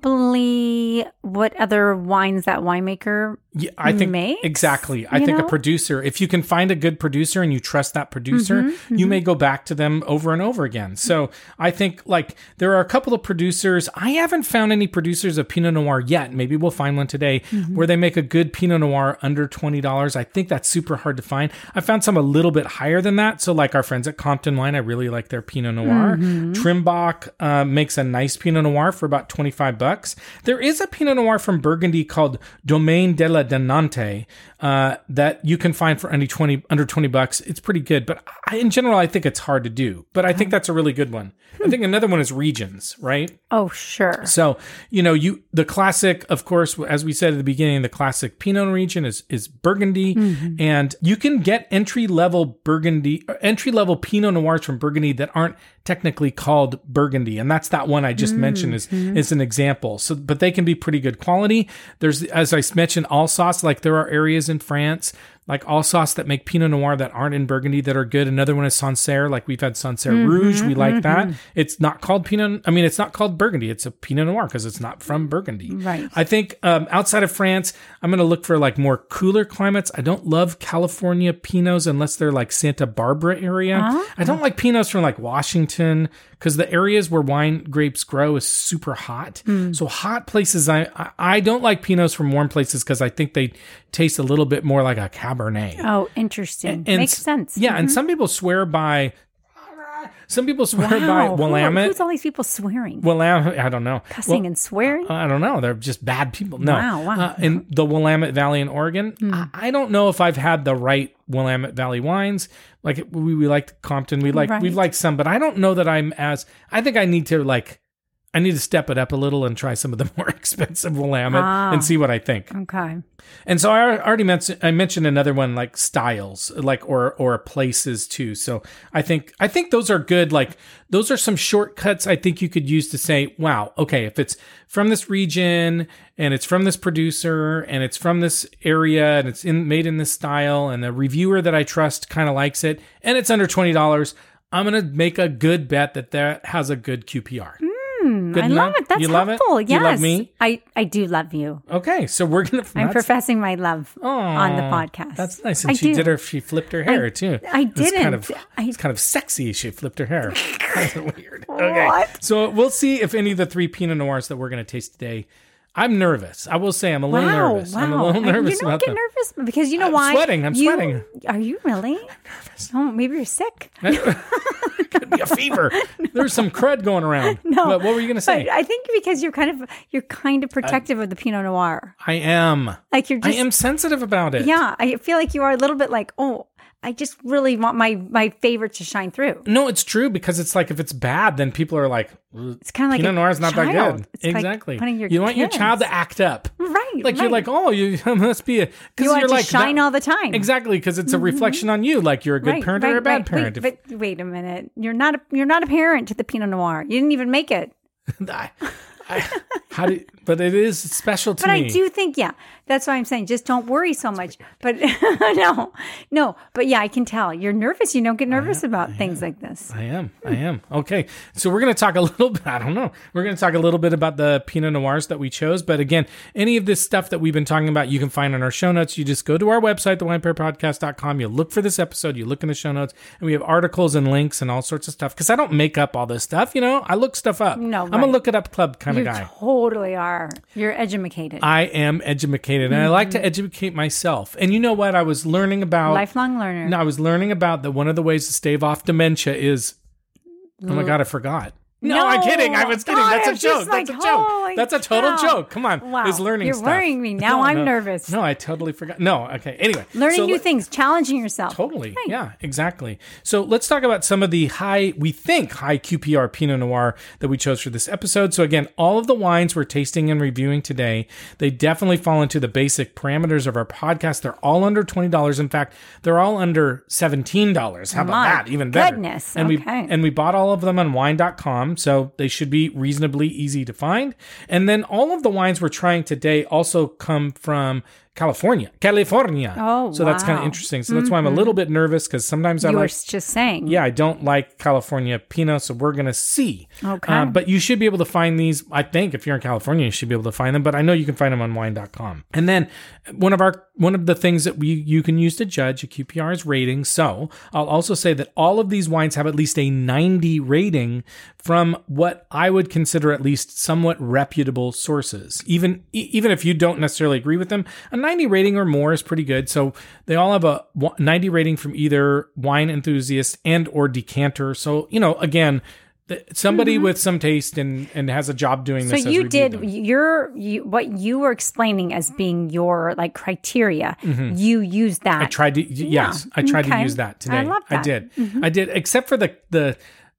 [SPEAKER 2] probably what other wines that winemaker
[SPEAKER 1] Yeah, I think
[SPEAKER 2] makes,
[SPEAKER 1] exactly. I
[SPEAKER 2] you
[SPEAKER 1] think a
[SPEAKER 2] know?
[SPEAKER 1] producer, if you can find a good producer and you trust that producer,
[SPEAKER 2] Mm-hmm,
[SPEAKER 1] you may go back to them over and over again. So I think like there are a couple of producers. I haven't found any producers of Pinot Noir yet. Maybe we'll find one today
[SPEAKER 2] Mm-hmm.
[SPEAKER 1] where they make a good Pinot Noir under twenty dollars. I think that's super hard to find. I found some a little bit higher than that. So like our friends at Compton Wine, I really like their Pinot Noir. Trimbach uh, makes a nice Pinot Noir for about twenty five bucks. There is a Pinot Noir from Burgundy called Domaine della Danante uh, that you can find for under twenty under twenty bucks. It's pretty good, but I, in general, I think it's hard to do. But I think that's a really good one. I think another one is Regions, right?
[SPEAKER 2] Oh sure.
[SPEAKER 1] So you know, you the classic, of course, as we said at the beginning, the classic Pinot region is is Burgundy, and you can get entry level Burgundy, entry level Pinot Noirs from Burgundy that aren't technically called Burgundy, and that's that one I just mentioned is is an example. So, but they can be pretty good quality. There's, as I mentioned, Alsace. Like there are areas in France like Alsace that make Pinot Noir that aren't in Burgundy that are good. Another one is Sancerre, like we've had Sancerre Rouge. We like that. It's not called Pinot. I mean, it's not called Burgundy. It's a Pinot Noir because it's not from Burgundy.
[SPEAKER 2] Right.
[SPEAKER 1] I think um, outside of France, I'm going to look for like more cooler climates. I don't love California Pinots unless they're like Santa Barbara area. I
[SPEAKER 2] Ah.
[SPEAKER 1] don't like Pinots from like Washington because the areas where wine grapes grow is super hot.
[SPEAKER 2] Hmm.
[SPEAKER 1] So hot places, I I- I don't like Pinots from warm places because I think they taste a little bit more like a Cabernet.
[SPEAKER 2] Oh, interesting.
[SPEAKER 1] And
[SPEAKER 2] Makes
[SPEAKER 1] s-
[SPEAKER 2] sense. Mm-hmm.
[SPEAKER 1] Yeah, and some people swear by. Some people swear by
[SPEAKER 2] Wow. Who are-
[SPEAKER 1] Willamette.
[SPEAKER 2] Who's all these people swearing,
[SPEAKER 1] Willamette, I don't know.
[SPEAKER 2] cussing, and swearing?
[SPEAKER 1] I don't know. They're just bad people. No.
[SPEAKER 2] Wow, wow. Hmm.
[SPEAKER 1] Uh, in the Willamette Valley in Oregon, I, I don't know if I've had the right Willamette Valley wines. Like we, we liked Compton, we like
[SPEAKER 2] Right.
[SPEAKER 1] we've liked some, but I don't know that I'm as. I think I need to like, I need to step it up a little and try some of the more expensive Willamette
[SPEAKER 2] Ah.
[SPEAKER 1] and see what I think.
[SPEAKER 2] okay.
[SPEAKER 1] And so I already mentioned I mentioned another one like styles, like or or places too. So I think I think those are good. Like those are some shortcuts I think you could use to say, wow, okay, if it's from this region and it's from this producer and it's from this area and it's in made in this style and the reviewer that I trust kind of likes it and it's under twenty dollars, I'm gonna make a good bet that that has a good QPR. good
[SPEAKER 2] Hmm, I
[SPEAKER 1] enough?
[SPEAKER 2] love it. That's
[SPEAKER 1] you love
[SPEAKER 2] helpful.
[SPEAKER 1] It?
[SPEAKER 2] Yes.
[SPEAKER 1] You love me?
[SPEAKER 2] I, I do love you.
[SPEAKER 1] Okay, so we're gonna.
[SPEAKER 2] I'm
[SPEAKER 1] that's-
[SPEAKER 2] professing my love on the podcast.
[SPEAKER 1] that's nice. And
[SPEAKER 2] I
[SPEAKER 1] she
[SPEAKER 2] do.
[SPEAKER 1] did her. She flipped her hair too.
[SPEAKER 2] I
[SPEAKER 1] It's kind
[SPEAKER 2] didn't.
[SPEAKER 1] of.
[SPEAKER 2] I-
[SPEAKER 1] it's kind of sexy. She flipped her hair. That's weird. Okay.
[SPEAKER 2] What?
[SPEAKER 1] So we'll see if any of the three Pinot Noirs that we're going to taste today. I'm nervous. I will say I'm a little
[SPEAKER 2] Wow,
[SPEAKER 1] nervous.
[SPEAKER 2] wow.
[SPEAKER 1] I'm a little
[SPEAKER 2] I-
[SPEAKER 1] nervous
[SPEAKER 2] You
[SPEAKER 1] about
[SPEAKER 2] don't get
[SPEAKER 1] them.
[SPEAKER 2] nervous because you know why?
[SPEAKER 1] sweating. I'm
[SPEAKER 2] You-
[SPEAKER 1] sweating.
[SPEAKER 2] Are you really? I'm nervous. Oh, maybe you're sick.
[SPEAKER 1] Could be a fever. There's some crud going around.
[SPEAKER 2] No.
[SPEAKER 1] But what were you going to say?
[SPEAKER 2] But I think because you're kind of you're kind of protective of the Pinot Noir.
[SPEAKER 1] I am.
[SPEAKER 2] Like you're
[SPEAKER 1] I
[SPEAKER 2] just
[SPEAKER 1] am sensitive about it.
[SPEAKER 2] yeah. I feel like you are a little bit like oh, I just really want my my favorite to shine through.
[SPEAKER 1] No, it's true because it's like if it's bad, then people are like,
[SPEAKER 2] It's kind of like
[SPEAKER 1] Pinot
[SPEAKER 2] a
[SPEAKER 1] Noir is not that
[SPEAKER 2] child.
[SPEAKER 1] good.
[SPEAKER 2] It's like
[SPEAKER 1] exactly.
[SPEAKER 2] one of your
[SPEAKER 1] you want your
[SPEAKER 2] kids. Mm,
[SPEAKER 1] child to act up.
[SPEAKER 2] right?
[SPEAKER 1] like you're like oh you must be a
[SPEAKER 2] you
[SPEAKER 1] because
[SPEAKER 2] want
[SPEAKER 1] are
[SPEAKER 2] it to
[SPEAKER 1] like
[SPEAKER 2] shine
[SPEAKER 1] that-
[SPEAKER 2] all the time.
[SPEAKER 1] exactly because it's a reflection on you like you're a good
[SPEAKER 2] Mm-hmm. Right,
[SPEAKER 1] parent or a
[SPEAKER 2] right,
[SPEAKER 1] bad
[SPEAKER 2] right. Wait,
[SPEAKER 1] parent If-
[SPEAKER 2] but wait a minute, you're not a, you're not a parent to the Pinot Noir. You didn't even make it.
[SPEAKER 1] I- I- how do but it is special to
[SPEAKER 2] But
[SPEAKER 1] me
[SPEAKER 2] I do think, yeah, that's why I'm saying just don't worry so much. But no, no, but yeah, I can tell you're nervous. You don't get nervous about things like this.
[SPEAKER 1] I am. I am. Okay. So we're going to talk a little bit. I don't know. We're going to talk a little bit about the Pinot Noirs that we chose. But again, any of this stuff that we've been talking about, you can find on our show notes. You just go to our website, thewinepairpodcast.com. You look for this episode. You look in the show notes, and we have articles and links and all sorts of stuff. Because I don't make up all this stuff. You know, I look stuff up.
[SPEAKER 2] No,
[SPEAKER 1] I'm a
[SPEAKER 2] right.
[SPEAKER 1] look it up club kind
[SPEAKER 2] You
[SPEAKER 1] of guy. Uh,
[SPEAKER 2] totally are. You're educated.
[SPEAKER 1] I am educated, and I like
[SPEAKER 2] Mm-hmm.
[SPEAKER 1] to educate myself. And you know what? I was learning about.
[SPEAKER 2] Lifelong learner.
[SPEAKER 1] No, I was learning about that one of the ways to stave off dementia is. Oh my god, I forgot. No, I'm kidding. I was kidding.
[SPEAKER 2] God,
[SPEAKER 1] That's a
[SPEAKER 2] I'm just
[SPEAKER 1] joke.
[SPEAKER 2] like,
[SPEAKER 1] That's a joke.
[SPEAKER 2] holy
[SPEAKER 1] That's a total
[SPEAKER 2] cow.
[SPEAKER 1] joke. Come on,
[SPEAKER 2] Wow.
[SPEAKER 1] is learning.
[SPEAKER 2] You're
[SPEAKER 1] stuff.
[SPEAKER 2] worrying me. Now I'm
[SPEAKER 1] no.
[SPEAKER 2] nervous.
[SPEAKER 1] No, I totally forgot. No, okay. Anyway,
[SPEAKER 2] Learning
[SPEAKER 1] so
[SPEAKER 2] new
[SPEAKER 1] let-
[SPEAKER 2] things, challenging yourself.
[SPEAKER 1] Totally. Yeah, exactly. So let's talk about some of the high, we think, high QPR Pinot Noir that we chose for this episode. So, again, all of the wines we're tasting and reviewing today, they definitely fall into the basic parameters of our podcast. They're all under $20. In fact, they're all under $17. How about
[SPEAKER 2] My
[SPEAKER 1] that? Even better.
[SPEAKER 2] goodness.
[SPEAKER 1] And we
[SPEAKER 2] Okay.
[SPEAKER 1] and we bought all of them on wine.com, so they should be reasonably easy to find. And then all of the wines we're trying today also come from California. California.
[SPEAKER 2] Oh,
[SPEAKER 1] so that's kind of
[SPEAKER 2] wow.
[SPEAKER 1] interesting. So that's why I'm a little bit nervous because sometimes I
[SPEAKER 2] Mm-hmm. You were
[SPEAKER 1] like,
[SPEAKER 2] just saying.
[SPEAKER 1] yeah, I don't like California Pinot, so we're gonna see.
[SPEAKER 2] Okay.
[SPEAKER 1] Um, but you should be able to find these. I think if you're in California, you should be able to find them. But I know you can find them on wine.com. And then one of our one of the things that we you can use to judge a QPR is rating. So I'll also say that all of these wines have at least a 90 rating from what I would consider at least somewhat reputable sources. Even e- even if you don't necessarily agree with them, a 90 rating or more is pretty good. So they all have a wa- 90 rating from either wine enthusiast and or decanter. So, you know, again, th- somebody with some taste and and has a job doing
[SPEAKER 2] Mm-hmm. So
[SPEAKER 1] this. has
[SPEAKER 2] you
[SPEAKER 1] reviewed
[SPEAKER 2] did
[SPEAKER 1] them.
[SPEAKER 2] your you, what you were explaining as being your like criteria.
[SPEAKER 1] Mm-hmm.
[SPEAKER 2] You used that.
[SPEAKER 1] I tried to y- yes, I tried to
[SPEAKER 2] Okay.
[SPEAKER 1] use that today.
[SPEAKER 2] I love
[SPEAKER 1] I
[SPEAKER 2] that. Mm-hmm.
[SPEAKER 1] did. I did except for the the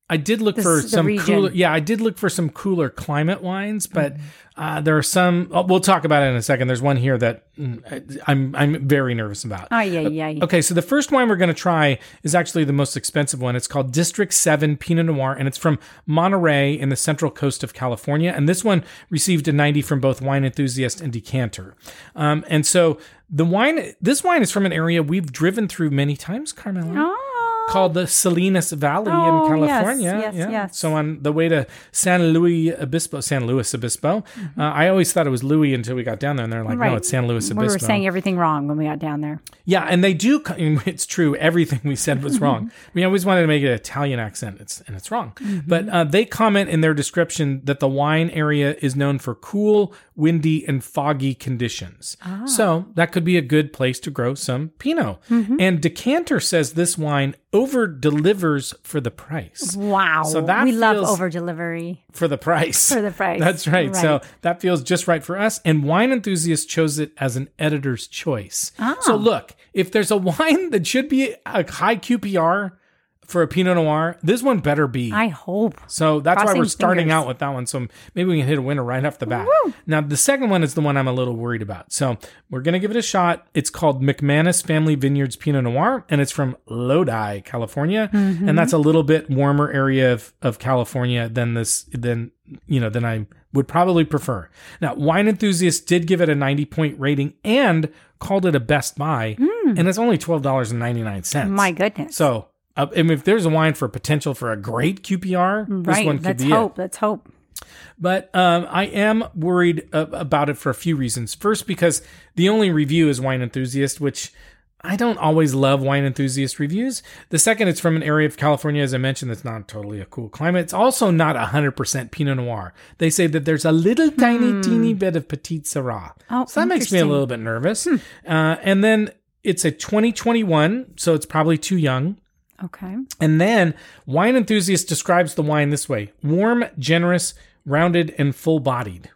[SPEAKER 1] I did look for
[SPEAKER 2] the
[SPEAKER 1] some
[SPEAKER 2] region.
[SPEAKER 1] cooler. Yeah, I did look for some cooler climate wines, but
[SPEAKER 2] Mm-hmm.
[SPEAKER 1] uh, there are some. oh, we'll talk about it in a second. There's one here that mm, I- I'm I'm very nervous about.
[SPEAKER 2] Oh yeah, yeah, yeah.
[SPEAKER 1] Okay, so the first wine we're going to try is actually the most expensive one. It's called District 7 Pinot Noir, and it's from Monterey in the central coast of California. And this one received a 90 from both wine enthusiast and decanter. Um, and so the wine, this wine is from an area we've driven through many times, Carmela
[SPEAKER 2] Oh,
[SPEAKER 1] called the Salinas Valley
[SPEAKER 2] Oh,
[SPEAKER 1] in
[SPEAKER 2] yes,
[SPEAKER 1] California.
[SPEAKER 2] yes,
[SPEAKER 1] yeah.
[SPEAKER 2] yes.
[SPEAKER 1] So on the way to San Luis Obispo, San Luis Obispo, uh, I always thought it was Louis until we got down there, and they're like,
[SPEAKER 2] Mm-hmm. Right.
[SPEAKER 1] no, it's San Luis Obispo.
[SPEAKER 2] we were saying everything wrong when we got down there.
[SPEAKER 1] yeah, and they do. co- It's true. Everything we said was wrong. we always wanted to make it an Italian accent, it's, and it's wrong. But uh, they comment in their description that the wine area is known for cool, windy, and foggy conditions. So that could be a good place to grow some Pinot. And Decanter says this wine over delivers for the price.
[SPEAKER 2] Wow.
[SPEAKER 1] So that
[SPEAKER 2] we love
[SPEAKER 1] feels-
[SPEAKER 2] over delivery.
[SPEAKER 1] for the price.
[SPEAKER 2] For the price.
[SPEAKER 1] That's right. So
[SPEAKER 2] Right.
[SPEAKER 1] that feels just right for us. And wine enthusiasts chose it as an editor's choice.
[SPEAKER 2] Ah.
[SPEAKER 1] So look, if there's a wine that should be a high QPR for a Pinot Noir, this one better be.
[SPEAKER 2] I hope.
[SPEAKER 1] so that's why
[SPEAKER 2] crossing
[SPEAKER 1] we're starting
[SPEAKER 2] fingers.
[SPEAKER 1] out with that one. So maybe we can hit a winner right off the bat. Now, the second one is the one I'm a little worried about. So we're going to give it a shot. It's called McManus Family Vineyards Pinot Noir, and it's from Lodi, California.
[SPEAKER 2] Mm-hmm.
[SPEAKER 1] And that's a little bit warmer area of, of California than this, than, you know, than I would probably prefer. Now, wine enthusiasts did give it a 90 point rating and called it a best buy, and it's only $12.99.
[SPEAKER 2] Mm. My goodness.
[SPEAKER 1] So, uh, and if there's a wine for potential for a great QPR, this
[SPEAKER 2] Mm-hmm. right.
[SPEAKER 1] one could
[SPEAKER 2] Let's
[SPEAKER 1] be
[SPEAKER 2] hope.
[SPEAKER 1] it.
[SPEAKER 2] Let's hope.
[SPEAKER 1] But um, I am worried uh, about it for a few reasons. First, because the only review is wine enthusiast, which I don't always love wine enthusiast reviews. The second, it's from an area of California, as I mentioned, that's not totally a cool climate. It's also not 100% Pinot Noir. They say that there's a little tiny, teeny bit of Petit Syrah.
[SPEAKER 2] Hmm. Oh,
[SPEAKER 1] so that makes me a
[SPEAKER 2] interesting. Hmm.
[SPEAKER 1] little bit nervous. Uh, and then it's a 2021, so it's probably too young.
[SPEAKER 2] Okay.
[SPEAKER 1] And then wine enthusiast describes the wine this way: warm, generous, rounded, and full-bodied.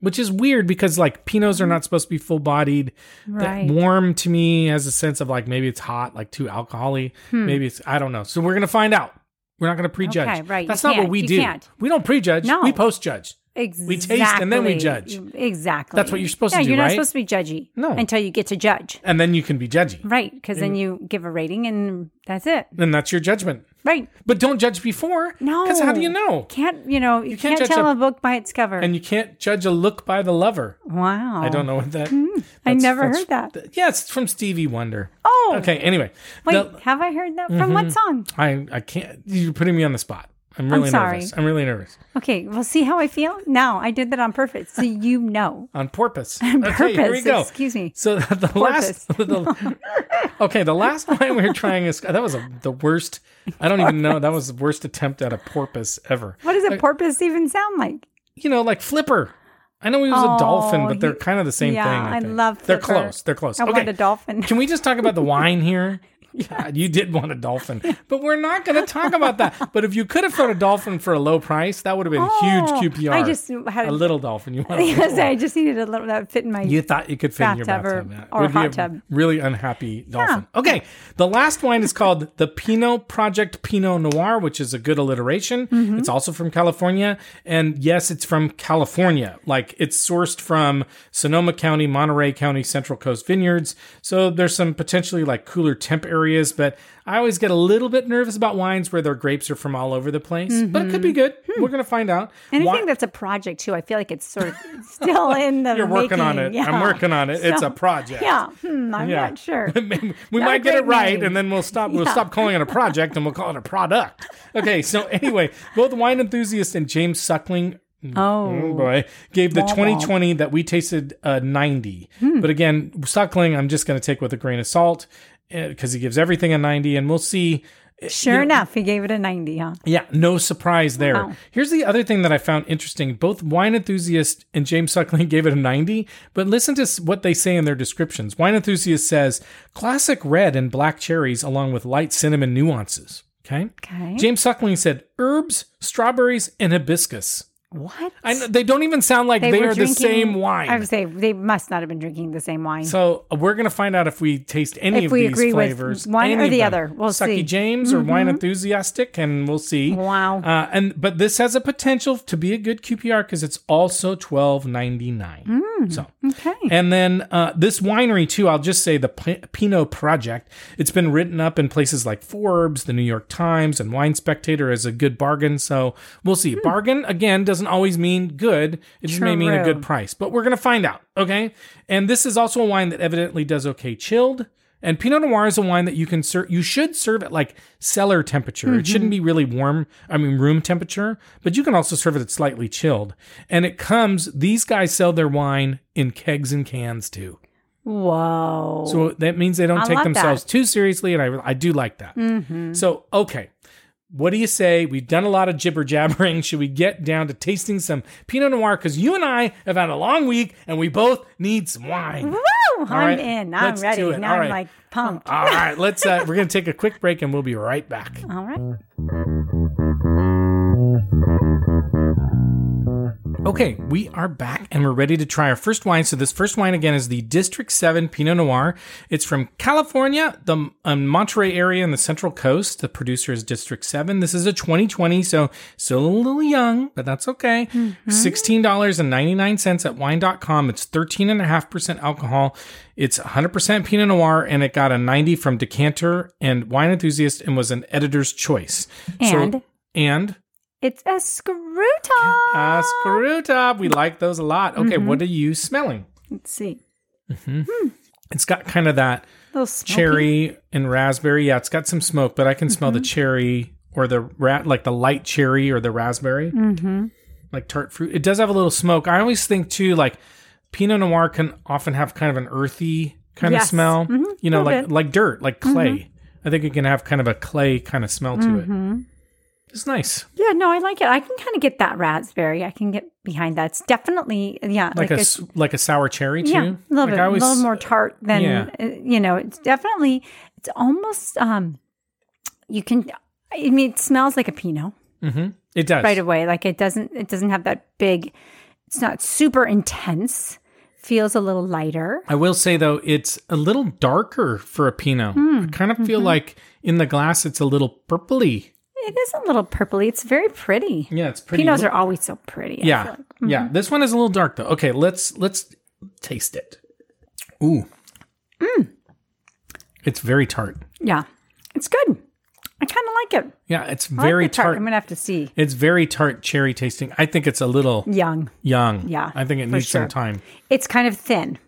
[SPEAKER 1] Which is weird because like pinots are not supposed to be full-bodied. That
[SPEAKER 2] Right.
[SPEAKER 1] warm to me has a sense of like maybe it's hot, like too alcoholy. Maybe it's I don't know. So we're gonna find out. We're not gonna prejudge.
[SPEAKER 2] Hmm. Okay, right. You
[SPEAKER 1] That's not
[SPEAKER 2] can't.
[SPEAKER 1] what we
[SPEAKER 2] You
[SPEAKER 1] do.
[SPEAKER 2] can't.
[SPEAKER 1] We don't prejudge.
[SPEAKER 2] No.
[SPEAKER 1] We post-judge.
[SPEAKER 2] Exactly.
[SPEAKER 1] taste and then we judge.
[SPEAKER 2] You- Exactly.
[SPEAKER 1] That's what you're supposed
[SPEAKER 2] yeah,
[SPEAKER 1] to do,
[SPEAKER 2] You're not
[SPEAKER 1] right?
[SPEAKER 2] supposed to be judgy.
[SPEAKER 1] No.
[SPEAKER 2] Until you get to judge.
[SPEAKER 1] And then you can be judgy.
[SPEAKER 2] Right. Because then you give a rating and that's it.
[SPEAKER 1] And that's your judgment.
[SPEAKER 2] Right.
[SPEAKER 1] But don't judge before.
[SPEAKER 2] No.
[SPEAKER 1] Because how do you know?
[SPEAKER 2] Can't you know? You,
[SPEAKER 1] can't
[SPEAKER 2] can't,
[SPEAKER 1] judge
[SPEAKER 2] tell
[SPEAKER 1] a-
[SPEAKER 2] a, book by its cover.
[SPEAKER 1] And you can't judge a look by the lover.
[SPEAKER 2] wow.
[SPEAKER 1] I don't know what that.
[SPEAKER 2] Mm, I
[SPEAKER 1] that's-
[SPEAKER 2] never
[SPEAKER 1] that's-
[SPEAKER 2] heard that.
[SPEAKER 1] th- yeah, it's from Stevie Wonder.
[SPEAKER 2] Oh.
[SPEAKER 1] Okay. Anyway,
[SPEAKER 2] Wait,
[SPEAKER 1] the-
[SPEAKER 2] have I heard that from
[SPEAKER 1] Mm-hmm.
[SPEAKER 2] what song?
[SPEAKER 1] I I can't. You're putting me on the spot. I'm really
[SPEAKER 2] sorry.
[SPEAKER 1] nervous. I'm really nervous
[SPEAKER 2] Okay, well, see how I feel? Now I did that on purpose, so you know.
[SPEAKER 1] on purpose. Okay,
[SPEAKER 2] purpose,
[SPEAKER 1] here we go.
[SPEAKER 2] excuse me.
[SPEAKER 1] So the last.
[SPEAKER 2] Porpoise.
[SPEAKER 1] the- okay, the last wine we were trying is that was a, the worst. I don't even know. That was the worst attempt at a porpoise ever.
[SPEAKER 2] What does a porpoise even sound like?
[SPEAKER 1] You know, like flipper. I know he was a
[SPEAKER 2] Oh,
[SPEAKER 1] dolphin, but
[SPEAKER 2] he-
[SPEAKER 1] they're kind of the same
[SPEAKER 2] yeah,
[SPEAKER 1] thing. I,
[SPEAKER 2] I
[SPEAKER 1] think.
[SPEAKER 2] love
[SPEAKER 1] They're
[SPEAKER 2] Flipper.
[SPEAKER 1] close. They're close.
[SPEAKER 2] I
[SPEAKER 1] okay.
[SPEAKER 2] want a dolphin.
[SPEAKER 1] Can we just talk about the wine here? God, you did want a dolphin, but we're not going to talk about that. But if you could have thrown a dolphin for a low price, that would have been
[SPEAKER 2] Oh,
[SPEAKER 1] huge QPR.
[SPEAKER 2] I just had
[SPEAKER 1] a little dolphin. You want a
[SPEAKER 2] Yes,
[SPEAKER 1] little
[SPEAKER 2] I just needed a little that fit in my.
[SPEAKER 1] you thought you could fit in your
[SPEAKER 2] Bathtub or-
[SPEAKER 1] bathtub. yeah.
[SPEAKER 2] or
[SPEAKER 1] Would be
[SPEAKER 2] hot
[SPEAKER 1] a
[SPEAKER 2] tub.
[SPEAKER 1] Really unhappy dolphin. Okay. The last wine is called the Pinot Project Pinot Noir, which is a good alliteration.
[SPEAKER 2] Mm-hmm.
[SPEAKER 1] It's also from California. And yes, it's from California. Like it's sourced from Sonoma County, Monterey County, Central Coast Vineyards. So there's some potentially like cooler temp areas, but I always get a little bit nervous about wines where their grapes are from all over the place. But it could be good. We're gonna find out.
[SPEAKER 2] Mm-hmm. Hmm. Anything
[SPEAKER 1] Wi-
[SPEAKER 2] that's a project too, I feel like it's sort of still in the.
[SPEAKER 1] you're working on it.
[SPEAKER 2] Yeah.
[SPEAKER 1] I'm working on it. it's
[SPEAKER 2] So-
[SPEAKER 1] a project.
[SPEAKER 2] Yeah, hmm, I'm
[SPEAKER 1] Yeah. Mm.
[SPEAKER 2] not sure.
[SPEAKER 1] Maybe- we
[SPEAKER 2] Not a
[SPEAKER 1] might get it
[SPEAKER 2] great
[SPEAKER 1] right,
[SPEAKER 2] name.
[SPEAKER 1] and then we'll stop. We'll
[SPEAKER 2] Yeah.
[SPEAKER 1] stop calling it a project, and we'll call it a product. Okay. So anyway, both wine enthusiast and James Suckling.
[SPEAKER 2] Oh,
[SPEAKER 1] Oh boy, gave the
[SPEAKER 2] Womp womp.
[SPEAKER 1] 2020 that we tasted a 90.
[SPEAKER 2] Hmm.
[SPEAKER 1] But again, Suckling, I'm just going to take with a grain of salt because he gives everything a 90, and we'll see.
[SPEAKER 2] sure enough, he gave it a ninety, huh?
[SPEAKER 1] Yeah, no surprise there.
[SPEAKER 2] Wow.
[SPEAKER 1] Here's the other thing that I found interesting. Both Wine Enthusiast and James Suckling gave it a 90, but listen to s- what they say in their descriptions. Wine Enthusiast says classic red and black cherries along with light cinnamon nuances. Okay.
[SPEAKER 2] Okay.
[SPEAKER 1] James Suckling said herbs, strawberries, and hibiscus.
[SPEAKER 2] What?
[SPEAKER 1] I know, they don't even sound like they,
[SPEAKER 2] were
[SPEAKER 1] are the same wine.
[SPEAKER 2] I would say they must not have been drinking the same wine.
[SPEAKER 1] So uh, we're gonna find out if we taste any
[SPEAKER 2] If
[SPEAKER 1] of
[SPEAKER 2] we
[SPEAKER 1] these
[SPEAKER 2] agree with
[SPEAKER 1] flavors,
[SPEAKER 2] one
[SPEAKER 1] any
[SPEAKER 2] or
[SPEAKER 1] of
[SPEAKER 2] the
[SPEAKER 1] them.
[SPEAKER 2] other. We'll
[SPEAKER 1] Sucky
[SPEAKER 2] see. Mm-hmm.
[SPEAKER 1] James or Wine Enthusiastic, and we'll see.
[SPEAKER 2] Wow.
[SPEAKER 1] Uh, and but this has a potential to be a good QPR because it's also twelve ninety nine. so
[SPEAKER 2] Mm, okay.
[SPEAKER 1] and then uh, this winery too. I'll just say the P- Pinot Project. It's been written up in places like Forbes, the New York Times, and Wine Spectator as a good bargain. So we'll see.
[SPEAKER 2] Hmm.
[SPEAKER 1] Bargain again doesn't always mean good. It just may mean a
[SPEAKER 2] True.
[SPEAKER 1] good price, but we're gonna find out. Okay. And this is also a wine that evidently does okay chilled. And Pinot Noir is a wine that you can serve. You should serve at like cellar temperature. It shouldn't
[SPEAKER 2] Mm-hmm.
[SPEAKER 1] be really warm. I mean, room temperature. But you can also serve it at slightly chilled. And it comes. These guys sell their wine in kegs and cans too.
[SPEAKER 2] Whoa.
[SPEAKER 1] So that means they don't
[SPEAKER 2] I Mm-hmm.
[SPEAKER 1] take
[SPEAKER 2] love
[SPEAKER 1] themselves too seriously, and I I do like that. So okay, what do you say? We've done a lot of jibber jabbering. Should we get down to tasting some Pinot Noir? Because you and I have had a long week, and we both need some wine.
[SPEAKER 2] Woo! I'm
[SPEAKER 1] right,
[SPEAKER 2] in. I'm
[SPEAKER 1] let's
[SPEAKER 2] ready.
[SPEAKER 1] do it.
[SPEAKER 2] Now
[SPEAKER 1] All
[SPEAKER 2] I'm
[SPEAKER 1] right.
[SPEAKER 2] like pumped.
[SPEAKER 1] All right, let's. Uh, we're gonna take a quick break, and we'll be right back.
[SPEAKER 2] All right.
[SPEAKER 1] Okay, we are back and we're ready to try our first wine. So this first wine again is the District 7 Pinot Noir. It's from California, the um, Monterey area in the Central Coast. The producer is District 7. This is a 2020, so still a little young, but that's okay. $16.99 at wine.com. It's 13.5% alcohol. It's 100% Pinot Noir and it got a 90 from Decanter and Wine Enthusiast and was an editor's choice.
[SPEAKER 2] And?
[SPEAKER 1] So, and
[SPEAKER 2] It's a screw top.
[SPEAKER 1] Ah, screw top. We like those a lot. Okay,
[SPEAKER 2] Mm-hmm.
[SPEAKER 1] what are you smelling?
[SPEAKER 2] Let's see.
[SPEAKER 1] It's got kind of that
[SPEAKER 2] Little smoky.
[SPEAKER 1] cherry and raspberry. Yeah, it's got some smoke, but I can smell
[SPEAKER 2] Mm-hmm.
[SPEAKER 1] the cherry or the rat, like the light cherry or the raspberry,
[SPEAKER 2] Mm-hmm.
[SPEAKER 1] like tart fruit. It does have a little smoke. I always think too, like Pinot Noir can often have kind of an earthy kind of
[SPEAKER 2] Yes.
[SPEAKER 1] smell.
[SPEAKER 2] Mhm,
[SPEAKER 1] You know, like
[SPEAKER 2] little bit. Mm-hmm.
[SPEAKER 1] like dirt, like clay. I think it can have kind of a clay kind of smell to it. It's nice,
[SPEAKER 2] Yeah, no, I like it. I can kind of get that raspberry. I can get behind that. It's definitely, yeah,
[SPEAKER 1] like, a, s- like a sour cherry too.
[SPEAKER 2] yeah, a little
[SPEAKER 1] like
[SPEAKER 2] bit,
[SPEAKER 1] I always-
[SPEAKER 2] a little more tart than
[SPEAKER 1] yeah.
[SPEAKER 2] uh, you know. It's definitely, it's almost. um You can, I mean, it smells like a Pinot
[SPEAKER 1] Mhm. It does.
[SPEAKER 2] right away. Like it doesn't, it doesn't have that big. It's not super intense. Feels a little lighter.
[SPEAKER 1] I will say though, it's a little darker for a Pinot.
[SPEAKER 2] Hmm.
[SPEAKER 1] I kind of feel
[SPEAKER 2] Mm-hmm.
[SPEAKER 1] like in the glass, it's a little purpley.
[SPEAKER 2] It is a little purpley. It's very pretty.
[SPEAKER 1] Yeah, it's pretty.
[SPEAKER 2] Pinots are Mm-hmm. always so pretty. I
[SPEAKER 1] yeah,
[SPEAKER 2] feel like.
[SPEAKER 1] yeah. This one is a little dark though. Okay, let's let's taste it. Ooh,
[SPEAKER 2] Mm.
[SPEAKER 1] it's very tart.
[SPEAKER 2] yeah, it's good. I kind of like it.
[SPEAKER 1] Yeah, it's
[SPEAKER 2] I like
[SPEAKER 1] very
[SPEAKER 2] the tart.
[SPEAKER 1] tart.
[SPEAKER 2] I'm gonna have to see.
[SPEAKER 1] It's very tart cherry tasting. I think it's a little
[SPEAKER 2] Young.
[SPEAKER 1] young.
[SPEAKER 2] Mm. Yeah,
[SPEAKER 1] I think it
[SPEAKER 2] for
[SPEAKER 1] needs some
[SPEAKER 2] sure.
[SPEAKER 1] time.
[SPEAKER 2] It's kind of thin.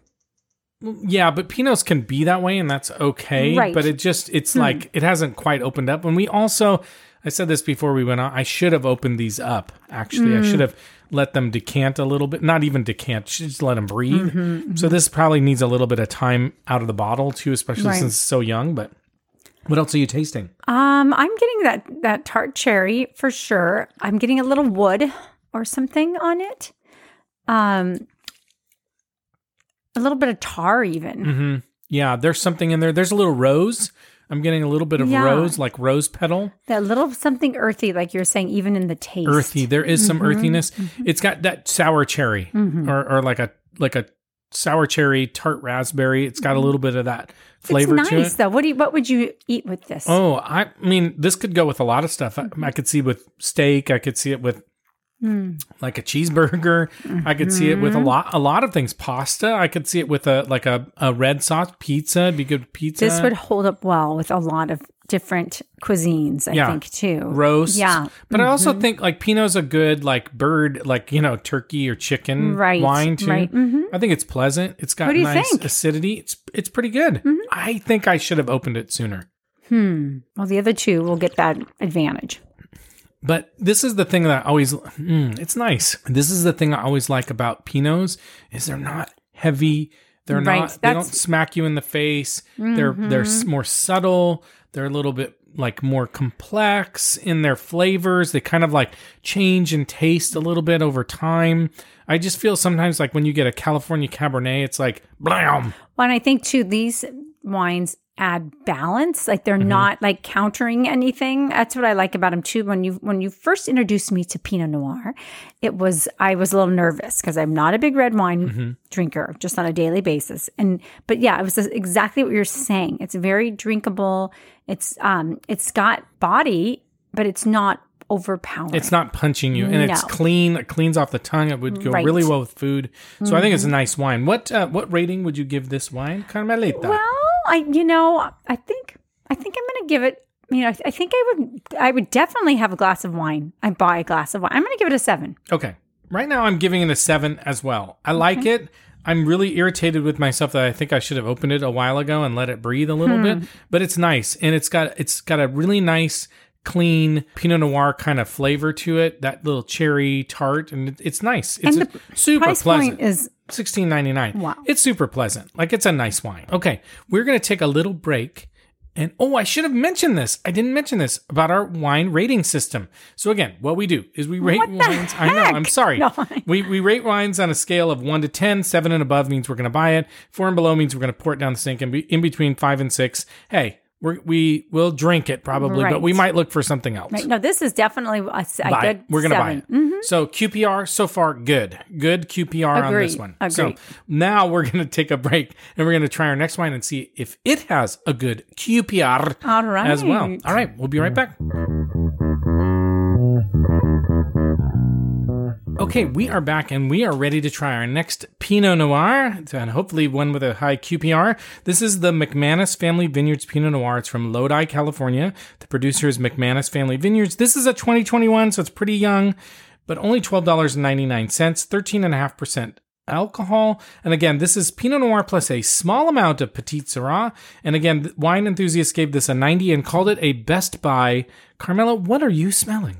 [SPEAKER 1] Yeah, but Pinots can be that way, and that's okay.
[SPEAKER 2] Right. Hmm.
[SPEAKER 1] But it just, it's like, it hasn't quite opened up. And we also, I said this before we went on, I should have opened these up, actually.
[SPEAKER 2] Hmm.
[SPEAKER 1] I should have let them decant a little bit, not even decant, just let them breathe.
[SPEAKER 2] Mm-hmm,
[SPEAKER 1] So this probably needs a little bit of time out of the bottle, too, especially
[SPEAKER 2] Right.
[SPEAKER 1] since it's so young. But what else are you tasting?
[SPEAKER 2] Um, I'm getting that that tart cherry for sure. I'm getting a little wood or something on it. Um, a little bit of tar even.
[SPEAKER 1] Mm-hmm. Yeah, there's something in there. There's a little rose. I'm getting a little bit of
[SPEAKER 2] Yeah.
[SPEAKER 1] rose, like rose petal.
[SPEAKER 2] That little something earthy, like you're saying, even in the taste.
[SPEAKER 1] earthy. There is
[SPEAKER 2] Mm-hmm.
[SPEAKER 1] some earthiness. It's got that sour cherry, or, or like a like a sour cherry tart raspberry. It's got a little bit of that flavor
[SPEAKER 2] Mm-hmm. it's
[SPEAKER 1] to
[SPEAKER 2] nice
[SPEAKER 1] it.
[SPEAKER 2] though. What do you, what would you eat with this?
[SPEAKER 1] Oh, I mean, this could go with a lot of stuff. I,
[SPEAKER 2] Mm-hmm.
[SPEAKER 1] I could see with steak. I could see it with
[SPEAKER 2] Mm.
[SPEAKER 1] like a cheeseburger. I could see it with a
[SPEAKER 2] Mm-hmm.
[SPEAKER 1] lot, a lot of things. Pasta. I could see it with a like a, a red sauce pizza. It'd be good with pizza.
[SPEAKER 2] this would hold up well with a lot of different cuisines, I
[SPEAKER 1] Yeah.
[SPEAKER 2] think too.
[SPEAKER 1] roast.
[SPEAKER 2] Yeah. Mm-hmm.
[SPEAKER 1] but I also think like Pinot's a good like bird, like you know turkey or chicken
[SPEAKER 2] Right,
[SPEAKER 1] wine too.
[SPEAKER 2] right. Mm-hmm.
[SPEAKER 1] I think it's pleasant. It's got
[SPEAKER 2] What do you
[SPEAKER 1] nice
[SPEAKER 2] think? Mm-hmm.
[SPEAKER 1] acidity. It's it's pretty good. I think I should have opened it sooner.
[SPEAKER 2] Hmm. Well, the other two will get that advantage.
[SPEAKER 1] But this is the thing that I always mm, it's nice. This is the thing I always like about Pinots is they're not heavy. They're
[SPEAKER 2] Right,
[SPEAKER 1] not. They don't
[SPEAKER 2] that's- Mm-hmm.
[SPEAKER 1] smack you in the face. They're they're s- more subtle. They're a little bit like more complex in their flavors. They kind of like change in taste a little bit over time. I just feel sometimes like when you get a California Cabernet, it's like blam.
[SPEAKER 2] Well, and I think too, these wines add balance like they're not like countering anything that's what i like about them too when you when you first introduced me to pinot noir it was i was a little nervous because i'm not a big red wine drinker just on a daily basis and but yeah it was exactly what you're saying it's very drinkable it's um it's got body but it's not overpowering
[SPEAKER 1] It's not punching you, and it's
[SPEAKER 2] No.
[SPEAKER 1] clean. It cleans off the tongue. It would go
[SPEAKER 2] Right. Mm-hmm.
[SPEAKER 1] really well with food. So I think it's a nice wine. What uh, what rating would you give this wine, Carmelita?
[SPEAKER 2] Well, I you know, I think I think I'm going to give it. You know, I, th- I think I would I would definitely have a glass of wine. I buy a glass of wine. I'm going to give it a seven.
[SPEAKER 1] okay, right now I'm giving it a seven as well. I like it. I'm really irritated with myself that I think I should have opened it a while ago and let it breathe a little
[SPEAKER 2] Hmm.
[SPEAKER 1] bit. But it's nice, and it's got it's got a really nice clean Pinot Noir kind of flavor to it. That little cherry tart, and it, it's nice. It's
[SPEAKER 2] And the
[SPEAKER 1] a- super
[SPEAKER 2] Price
[SPEAKER 1] pleasant.
[SPEAKER 2] point is
[SPEAKER 1] Sixteen ninety nine.
[SPEAKER 2] Wow.
[SPEAKER 1] It's super pleasant. Like it's a nice wine. Okay. We're gonna take a little break. And oh, I should have mentioned this. I didn't mention this about our wine rating system. So again, what we do is we rate
[SPEAKER 2] the
[SPEAKER 1] wines. I know, I'm
[SPEAKER 2] heck?
[SPEAKER 1] sorry.
[SPEAKER 2] No.
[SPEAKER 1] we we rate wines on a scale of one to ten. Seven and above means we're gonna buy it. Four and below means we're gonna pour it down the sink and be in between five and six. Hey, we're, we will drink it probably, but
[SPEAKER 2] Right.
[SPEAKER 1] we might look for something else
[SPEAKER 2] no, this is definitely a, s- a
[SPEAKER 1] buy it.
[SPEAKER 2] good.
[SPEAKER 1] We're going to buy it.
[SPEAKER 2] seven. Mm-hmm.
[SPEAKER 1] So QPR so far good, good QPR on this
[SPEAKER 2] Agreed.
[SPEAKER 1] one. So
[SPEAKER 2] Agreed.
[SPEAKER 1] now we're going to take a break and we're going to try our next wine and see if it has a good QPR
[SPEAKER 2] Mm, All right.
[SPEAKER 1] as well. All right, we'll be right back. Okay, we are back and we are ready to try our next Pinot Noir and hopefully one with a high QPR. This is the McManus Family Vineyards Pinot Noir. It's from Lodi, California. The producer is McManus Family Vineyards. This is a 2021, so it's pretty young, but only $12.99, 13.5% alcohol. And again, this is Pinot Noir plus a small amount of Petit Syrah. And again, th- wine enthusiasts gave this a 90 and called it a Best Buy. Carmela, what are you smelling?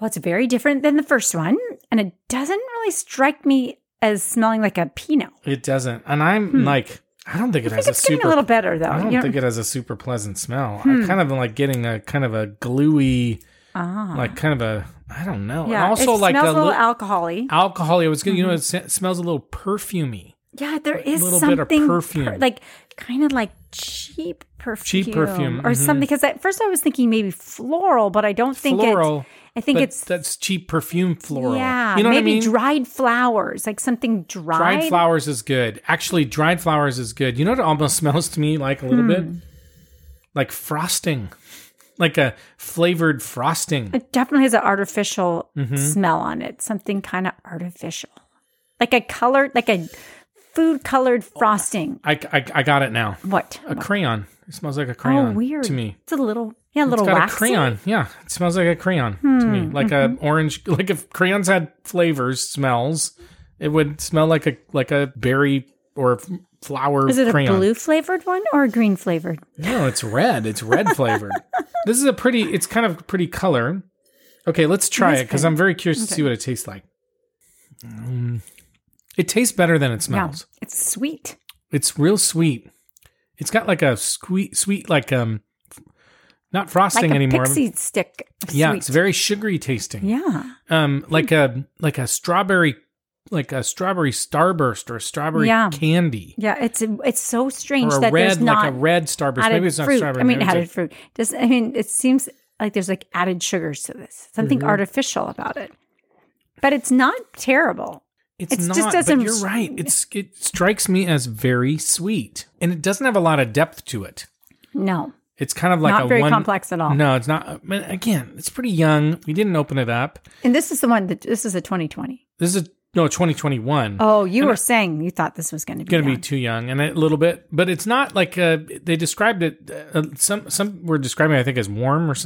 [SPEAKER 2] Well, it's very different than the first one, and it doesn't really strike me as smelling like a Pinot.
[SPEAKER 1] It doesn't. And I'm like, I don't think it
[SPEAKER 2] Hmm. I
[SPEAKER 1] has
[SPEAKER 2] think
[SPEAKER 1] a
[SPEAKER 2] it's getting
[SPEAKER 1] super.
[SPEAKER 2] a little Hmm. better though.
[SPEAKER 1] I don't
[SPEAKER 2] You know-
[SPEAKER 1] think it has a super pleasant smell. I kind of am like getting a kind of a gluey,
[SPEAKER 2] Ah.
[SPEAKER 1] like kind of a I don't know. and
[SPEAKER 2] yeah,
[SPEAKER 1] also
[SPEAKER 2] it
[SPEAKER 1] like
[SPEAKER 2] smells
[SPEAKER 1] a
[SPEAKER 2] a little Mm-hmm.
[SPEAKER 1] little
[SPEAKER 2] alcohol-y.
[SPEAKER 1] alcohol. It was good. You know, it s- smells a little perfumey.
[SPEAKER 2] Yeah, there is
[SPEAKER 1] little bit of
[SPEAKER 2] something
[SPEAKER 1] perfume.
[SPEAKER 2] like kind of like cheap perfume,
[SPEAKER 1] perfume, mm-hmm.
[SPEAKER 2] or something. Because at first I was thinking maybe floral, but I don't think
[SPEAKER 1] Floral,
[SPEAKER 2] It's, I think
[SPEAKER 1] but
[SPEAKER 2] it's
[SPEAKER 1] that's cheap perfume floral.
[SPEAKER 2] yeah,
[SPEAKER 1] you know what
[SPEAKER 2] maybe
[SPEAKER 1] I mean.
[SPEAKER 2] dried flowers, like something dried.
[SPEAKER 1] Dried flowers is good. Actually, dried flowers is good. You know what it almost smells to me like a little
[SPEAKER 2] Hmm.
[SPEAKER 1] bit? Like frosting. Like a flavored frosting.
[SPEAKER 2] It definitely has an artificial
[SPEAKER 1] Mm-hmm.
[SPEAKER 2] smell on it. Something kind of artificial, like a colored, like a food colored frosting.
[SPEAKER 1] I, I, I got it now.
[SPEAKER 2] What?
[SPEAKER 1] Oh, A crayon. It smells like a crayon
[SPEAKER 2] oh, weird
[SPEAKER 1] to me.
[SPEAKER 2] It's a little, yeah, a little
[SPEAKER 1] It's got
[SPEAKER 2] waxy. Hmm,
[SPEAKER 1] a crayon. Yeah, it smells like a crayon to me. Like a orange. Like if crayons had flavors, smells, it would smell like a like a berry or f- flower
[SPEAKER 2] Is it
[SPEAKER 1] crayon.
[SPEAKER 2] a blue flavored one or a green flavored?
[SPEAKER 1] No, it's red. It's red flavored. this is a pretty. It's kind of pretty color. Okay, let's try it because I'm very curious to see what it tastes like. Mm. It tastes better than it
[SPEAKER 2] Yeah,
[SPEAKER 1] smells.
[SPEAKER 2] it's sweet.
[SPEAKER 1] It's real sweet. It's got like a sweet, sweet like um, not frosting
[SPEAKER 2] like a
[SPEAKER 1] anymore.
[SPEAKER 2] pixie stick.
[SPEAKER 1] yeah,
[SPEAKER 2] sweet.
[SPEAKER 1] it's very sugary tasting.
[SPEAKER 2] yeah,
[SPEAKER 1] Um, like a like a strawberry, like a strawberry starburst or strawberry
[SPEAKER 2] Yeah.
[SPEAKER 1] candy
[SPEAKER 2] yeah. It's it's so strange
[SPEAKER 1] or a
[SPEAKER 2] that
[SPEAKER 1] red
[SPEAKER 2] there's not
[SPEAKER 1] like a red starburst.
[SPEAKER 2] added
[SPEAKER 1] Maybe it's not
[SPEAKER 2] fruit.
[SPEAKER 1] strawberry.
[SPEAKER 2] I mean,
[SPEAKER 1] maybe it's a-
[SPEAKER 2] added fruit. Does I mean it seems like there's like added sugars to this, something
[SPEAKER 1] Mm-hmm.
[SPEAKER 2] artificial about it. But it's not terrible.
[SPEAKER 1] It's
[SPEAKER 2] It's
[SPEAKER 1] not.
[SPEAKER 2] just doesn't-
[SPEAKER 1] but you're right. It's it strikes me as very sweet, and it doesn't have a lot of depth to it.
[SPEAKER 2] No,
[SPEAKER 1] It's kind of like
[SPEAKER 2] not
[SPEAKER 1] a
[SPEAKER 2] very
[SPEAKER 1] one,
[SPEAKER 2] complex at all.
[SPEAKER 1] No, it's not. I mean, again, it's pretty young. We didn't open it up.
[SPEAKER 2] And this is the one that this is a 2020.
[SPEAKER 1] This is no 2021.
[SPEAKER 2] Oh, you were saying you thought this was going to be
[SPEAKER 1] Going to
[SPEAKER 2] young.
[SPEAKER 1] be too young and a little bit, but it's not like uh, they described it. Uh, some some were describing, it, I think, as warm or
[SPEAKER 2] Mm,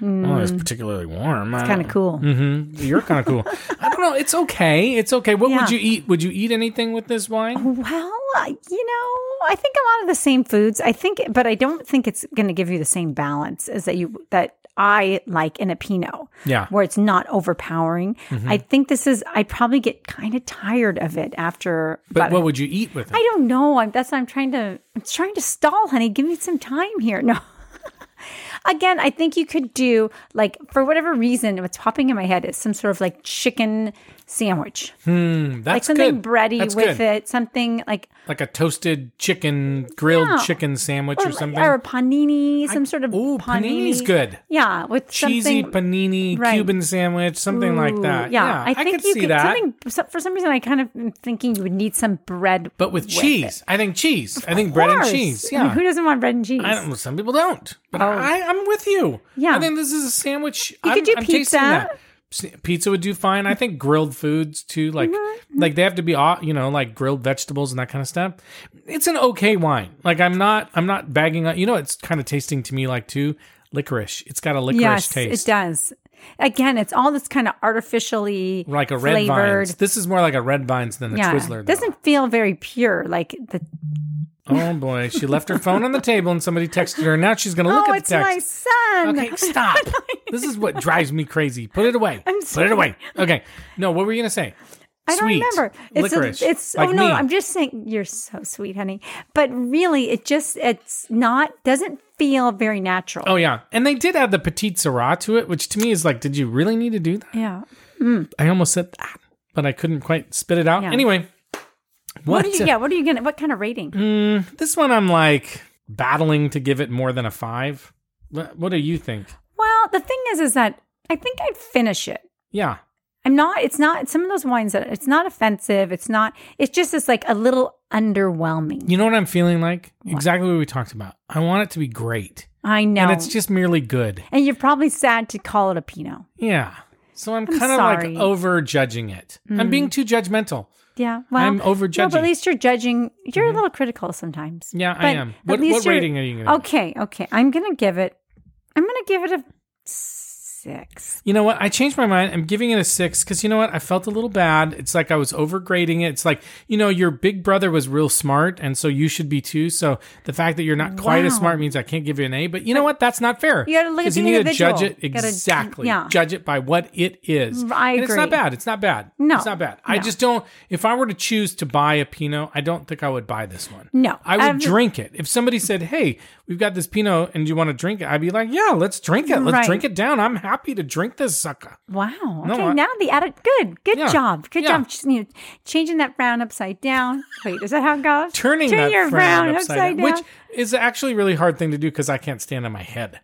[SPEAKER 1] something. Oh, it's particularly warm. It's
[SPEAKER 2] kind of cool.
[SPEAKER 1] hmm You're kind of cool. I don't know. It's okay. It's okay. What would
[SPEAKER 2] Yeah. Oh,
[SPEAKER 1] you eat? Would you eat anything with this wine?
[SPEAKER 2] Well, I- you know, I think a lot of the same foods. I think, but I don't think it's going to give you the same balance as that you that I like in a Pinot.
[SPEAKER 1] Yeah. Mm-hmm.
[SPEAKER 2] where it's not overpowering. I think this is. I probably get kind of tired of it after.
[SPEAKER 1] But
[SPEAKER 2] But
[SPEAKER 1] what would you eat with it?
[SPEAKER 2] I don't know. I'm, that's what I'm trying to. I'm trying to stall, honey. Give me some time here. No. Again, I think you could do like for whatever reason, what's popping in my head is some sort of like chicken sandwich,
[SPEAKER 1] Hmm, that's
[SPEAKER 2] like something
[SPEAKER 1] good.
[SPEAKER 2] bready
[SPEAKER 1] That's
[SPEAKER 2] with
[SPEAKER 1] good.
[SPEAKER 2] it, something like
[SPEAKER 1] Like a toasted chicken, grilled
[SPEAKER 2] Yeah.
[SPEAKER 1] chicken sandwich or,
[SPEAKER 2] or,
[SPEAKER 1] something.
[SPEAKER 2] or a panini, some sort of
[SPEAKER 1] Ooh, panini's good.
[SPEAKER 2] Yeah, with
[SPEAKER 1] Cheesy
[SPEAKER 2] something
[SPEAKER 1] panini
[SPEAKER 2] Right.
[SPEAKER 1] Cuban sandwich, something like
[SPEAKER 2] Ooh,
[SPEAKER 1] that.
[SPEAKER 2] Yeah, I
[SPEAKER 1] I,
[SPEAKER 2] think
[SPEAKER 1] could
[SPEAKER 2] you
[SPEAKER 1] see
[SPEAKER 2] could
[SPEAKER 1] that.
[SPEAKER 2] something so- for some reason. I kind of am thinking you would need some bread,
[SPEAKER 1] but with, cheese, I think cheese. I think bread and
[SPEAKER 2] course.
[SPEAKER 1] cheese.
[SPEAKER 2] I mean,
[SPEAKER 1] Yeah.
[SPEAKER 2] who doesn't want bread and cheese?
[SPEAKER 1] I don't, well, some people don't, but I, I'm with you.
[SPEAKER 2] Oh. Yeah.
[SPEAKER 1] I think this is a sandwich. You I'm,
[SPEAKER 2] could do
[SPEAKER 1] I'm tasting
[SPEAKER 2] pizza.
[SPEAKER 1] that. S- Pizza would do fine. I think grilled foods too, like
[SPEAKER 2] Mm-hmm.
[SPEAKER 1] like they have to be, au- you know, like grilled vegetables and that kind of stuff. It's an okay wine. Like I'm not, I'm not bagging on. You know, it's kind of tasting to me like too licorice. It's got a licorice
[SPEAKER 2] yes,
[SPEAKER 1] taste,
[SPEAKER 2] it does. Again, it's all this kind of artificially
[SPEAKER 1] like a red
[SPEAKER 2] flavored.
[SPEAKER 1] vines. This is more like a red vines than a
[SPEAKER 2] Yeah,
[SPEAKER 1] Twizzler. Though.
[SPEAKER 2] doesn't feel very pure. Like the
[SPEAKER 1] Oh boy, she left her phone on the table and somebody texted her. Now she's gonna look at
[SPEAKER 2] oh,
[SPEAKER 1] the
[SPEAKER 2] it's
[SPEAKER 1] text.
[SPEAKER 2] my son.
[SPEAKER 1] Okay, stop. this is what drives me crazy. Put it away.
[SPEAKER 2] I'm
[SPEAKER 1] Put
[SPEAKER 2] sorry.
[SPEAKER 1] it away. Okay. No, what were you gonna say?
[SPEAKER 2] I don't
[SPEAKER 1] Sweet.
[SPEAKER 2] remember. It's a-
[SPEAKER 1] licorice.
[SPEAKER 2] it's
[SPEAKER 1] like
[SPEAKER 2] oh no,
[SPEAKER 1] me.
[SPEAKER 2] I'm just saying you're so sweet, honey. But really, it just it's not doesn't feel very natural.
[SPEAKER 1] Oh yeah, and they did add the petite sirah to it, which to me is like, did you really need to do that?
[SPEAKER 2] Yeah.
[SPEAKER 1] I almost said that, but I couldn't quite spit it out.
[SPEAKER 2] Yeah.
[SPEAKER 1] Anyway,
[SPEAKER 2] What
[SPEAKER 1] what? Mm.
[SPEAKER 2] are you? Yeah. What are you gonna? What kind of rating?
[SPEAKER 1] This one, I'm like battling to give it more than a five. What, what do you think?
[SPEAKER 2] Well, the thing is, is that I think I'd finish it.
[SPEAKER 1] Yeah,
[SPEAKER 2] I'm not. It's not some of those wines that it's not offensive. It's not. It's just it's like a little underwhelming.
[SPEAKER 1] you know what I'm feeling like? Exactly what we talked about. I want it to be great,
[SPEAKER 2] I know.
[SPEAKER 1] and it's just merely good.
[SPEAKER 2] And you're probably sad to call it a Pinot.
[SPEAKER 1] Yeah. So I'm,
[SPEAKER 2] I'm
[SPEAKER 1] kind of
[SPEAKER 2] sorry. Mm.
[SPEAKER 1] like over judging it. I'm being too judgmental.
[SPEAKER 2] Yeah. Well,
[SPEAKER 1] I'm overjudging.
[SPEAKER 2] No, but at least you're judging. You're a little critical sometimes.
[SPEAKER 1] Yeah, I
[SPEAKER 2] But
[SPEAKER 1] am.
[SPEAKER 2] at
[SPEAKER 1] What,
[SPEAKER 2] least
[SPEAKER 1] what
[SPEAKER 2] you're-
[SPEAKER 1] rating are you going to give?
[SPEAKER 2] Okay. Okay. I'm gonna give it. I'm gonna give it a six.
[SPEAKER 1] You know what? I changed my mind. I'm giving it a six because you know what? I felt a little bad. It's like I was overgrading it. It's like, you know, your big brother was real smart, and so you should be too. So the fact that you're not quite as
[SPEAKER 2] Wow.
[SPEAKER 1] smart means I can't give you an A. But you know what? That's not fair.
[SPEAKER 2] You gotta look at
[SPEAKER 1] 'Cause
[SPEAKER 2] the
[SPEAKER 1] you need to judge it
[SPEAKER 2] individual. Gotta-
[SPEAKER 1] exactly.
[SPEAKER 2] yeah. Mm,
[SPEAKER 1] Judge it by what it is.
[SPEAKER 2] I
[SPEAKER 1] And it's not
[SPEAKER 2] agree.
[SPEAKER 1] bad. It's not bad.
[SPEAKER 2] No.
[SPEAKER 1] It's not bad. I
[SPEAKER 2] No.
[SPEAKER 1] just don't. If I were to choose to buy a Pinot, I don't think I would buy this one.
[SPEAKER 2] No.
[SPEAKER 1] I would
[SPEAKER 2] Um,
[SPEAKER 1] drink it. If somebody said, "Hey, we've got this Pinot, and you want to drink it?" I'd be like, "Yeah, let's drink it. Let's
[SPEAKER 2] Right.
[SPEAKER 1] drink it down. I'm happy to drink this sucker."
[SPEAKER 2] Wow.
[SPEAKER 1] No,
[SPEAKER 2] Okay.
[SPEAKER 1] I-
[SPEAKER 2] now the added. Good. Good
[SPEAKER 1] Yeah.
[SPEAKER 2] job. Good
[SPEAKER 1] Yeah.
[SPEAKER 2] job. Just, you know, changing that round upside down. Wait, is that how it goes?
[SPEAKER 1] Turning
[SPEAKER 2] Turn
[SPEAKER 1] that
[SPEAKER 2] your
[SPEAKER 1] frown
[SPEAKER 2] round
[SPEAKER 1] upside,
[SPEAKER 2] upside
[SPEAKER 1] down, which
[SPEAKER 2] down.
[SPEAKER 1] is actually a really hard thing to do because I can't stand on my head.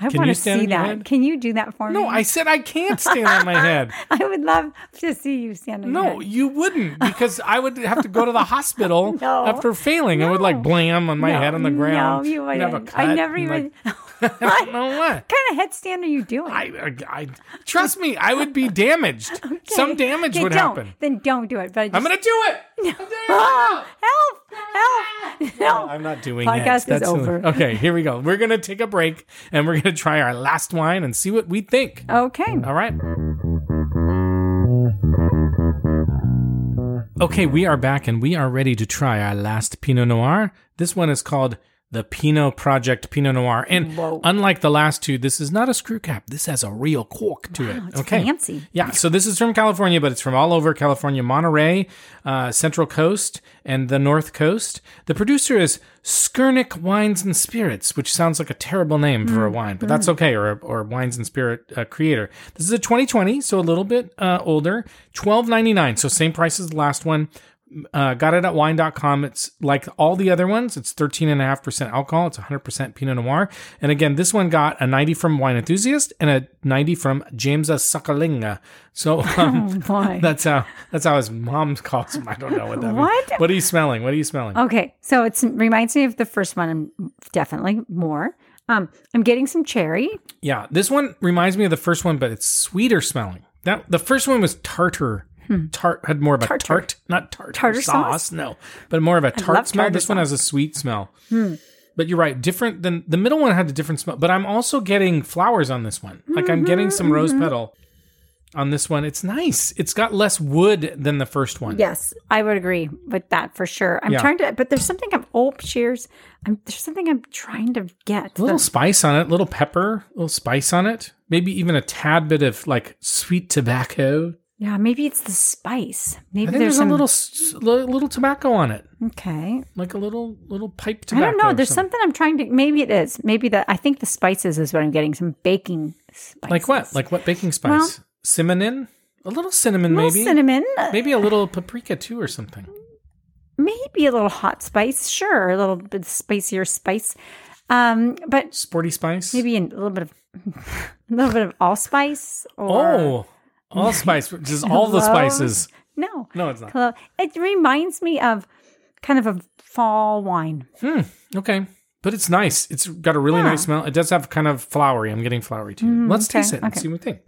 [SPEAKER 2] I
[SPEAKER 1] can
[SPEAKER 2] want
[SPEAKER 1] you
[SPEAKER 2] to
[SPEAKER 1] stand
[SPEAKER 2] see
[SPEAKER 1] on your
[SPEAKER 2] that.
[SPEAKER 1] head?
[SPEAKER 2] Can you do that for me?
[SPEAKER 1] No, I said I can't stand on my head.
[SPEAKER 2] I would love to see you stand on your
[SPEAKER 1] No,
[SPEAKER 2] head.
[SPEAKER 1] you wouldn't because I would have to go to the hospital
[SPEAKER 2] No.
[SPEAKER 1] after failing. I would like
[SPEAKER 2] No.
[SPEAKER 1] blam on my
[SPEAKER 2] No,
[SPEAKER 1] head on the ground.
[SPEAKER 2] No, you
[SPEAKER 1] and have a
[SPEAKER 2] wouldn't. I
[SPEAKER 1] cut
[SPEAKER 2] never
[SPEAKER 1] and, like,
[SPEAKER 2] even.
[SPEAKER 1] I don't know what.
[SPEAKER 2] What kind of headstand are you doing?
[SPEAKER 1] I, I, I trust me, I would be damaged. Some
[SPEAKER 2] Okay.
[SPEAKER 1] damage
[SPEAKER 2] Okay,
[SPEAKER 1] would
[SPEAKER 2] don't.
[SPEAKER 1] happen.
[SPEAKER 2] Then don't do it. But I just,
[SPEAKER 1] I'm gonna do it. I'm doing it right
[SPEAKER 2] Ah,
[SPEAKER 1] now.
[SPEAKER 2] help! Help! No,
[SPEAKER 1] I'm not doing it.
[SPEAKER 2] Podcast is
[SPEAKER 1] That's silly.
[SPEAKER 2] over.
[SPEAKER 1] Okay, here we go. We're gonna take a break and we're gonna try our last wine and see what we think.
[SPEAKER 2] Okay.
[SPEAKER 1] All right. Okay, we are back and we are ready to try our last Pinot Noir. This one is called the Pinot Project Pinot Noir. And
[SPEAKER 2] Whoa.
[SPEAKER 1] unlike the last two, this is not a screw cap. This has a real cork to it.
[SPEAKER 2] It's
[SPEAKER 1] okay.
[SPEAKER 2] fancy.
[SPEAKER 1] Yeah, so this is from California, but it's from all over California Monterey, uh, Central Coast, and the North Coast. The producer is Skernick Wines and Spirits, which sounds like a terrible name for
[SPEAKER 2] Mm,
[SPEAKER 1] a wine, but that's okay, or, or Wines and Spirit uh, creator. This is a 2020, so a little bit uh, older, $12.99, so same price as the last one. Uh, got it at wine.com. It's like all the other ones. It's 13.5% alcohol. It's 100% Pinot Noir. And again, this one got a 90 from Wine Enthusiast and a 90 from Jamesa Sakalinga. So um,
[SPEAKER 2] Why?
[SPEAKER 1] that's how that's how his mom calls him. I don't know what that
[SPEAKER 2] What?
[SPEAKER 1] means. What are you smelling? What are you smelling?
[SPEAKER 2] Okay, so it reminds me of the first one, and definitely more. Um, I'm getting some cherry.
[SPEAKER 1] Yeah, this one reminds me of the first one, but it's sweeter smelling. That the first one was tartar. Tart had more of a tart, not tart
[SPEAKER 2] Hmm. Tartar
[SPEAKER 1] sauce,
[SPEAKER 2] sauce?
[SPEAKER 1] no, but more of a tart
[SPEAKER 2] love
[SPEAKER 1] smell.
[SPEAKER 2] tartar Hmm.
[SPEAKER 1] This one has a sweet smell. But you're right, different than the middle one had a different smell. But I'm also getting flowers on this one. Like I'm
[SPEAKER 2] Mm-hmm,
[SPEAKER 1] getting some rose petal on this one. It's nice. It's got less wood than the first one.
[SPEAKER 2] Yes, I would agree with that for sure. I'm
[SPEAKER 1] Yeah.
[SPEAKER 2] trying to, but there's something I'm oh cheers. I'm there's something I'm trying to get.
[SPEAKER 1] A little spice on it, little pepper, little spice on it. Maybe even a tad bit of like sweet tobacco.
[SPEAKER 2] yeah, maybe it's the spice. Maybe
[SPEAKER 1] I think there's,
[SPEAKER 2] there's, some
[SPEAKER 1] a little s- li- little tobacco on it.
[SPEAKER 2] okay.
[SPEAKER 1] like a little little pipe
[SPEAKER 2] I
[SPEAKER 1] tobacco.
[SPEAKER 2] don't know.
[SPEAKER 1] or
[SPEAKER 2] There's
[SPEAKER 1] something.
[SPEAKER 2] something I'm trying to. Maybe it is. Maybe that. I think the spices is what I'm getting. Some baking spice.
[SPEAKER 1] like what? Like what baking spice? Simonin? A little cinnamon,
[SPEAKER 2] A little
[SPEAKER 1] maybe.
[SPEAKER 2] cinnamon, uh,
[SPEAKER 1] Maybe a little paprika too, or something.
[SPEAKER 2] maybe a little hot spice, sure, a little bit spicier spice. Um, but
[SPEAKER 1] Sporty spice.
[SPEAKER 2] maybe a little bit of a little bit of allspice or
[SPEAKER 1] Oh, all spice. Just all the spices.
[SPEAKER 2] no.
[SPEAKER 1] No, it's not.
[SPEAKER 2] Hello. It reminds me of kind of a fall wine.
[SPEAKER 1] Okay. But it's nice. It's got a really nice smell. It does have kind of flowery. I'm getting flowery too.
[SPEAKER 2] Mm-hmm.
[SPEAKER 1] Let's taste it and see what we think.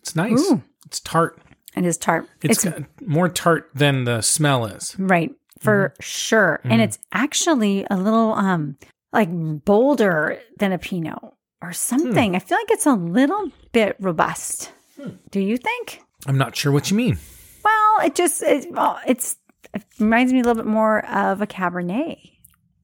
[SPEAKER 1] It's nice. It's tart.
[SPEAKER 2] It is tart.
[SPEAKER 1] It's, got more tart than the smell is.
[SPEAKER 2] Right, for
[SPEAKER 1] Mm-hmm.
[SPEAKER 2] sure. And it's actually a little um like bolder than a Pinot
[SPEAKER 1] Hmm.
[SPEAKER 2] or something. I feel like it's a little bit robust.
[SPEAKER 1] Hmm.
[SPEAKER 2] Do you think?
[SPEAKER 1] I'm not sure what you mean.
[SPEAKER 2] Well, it just it, well, it's it reminds me a little bit more of a Cabernet.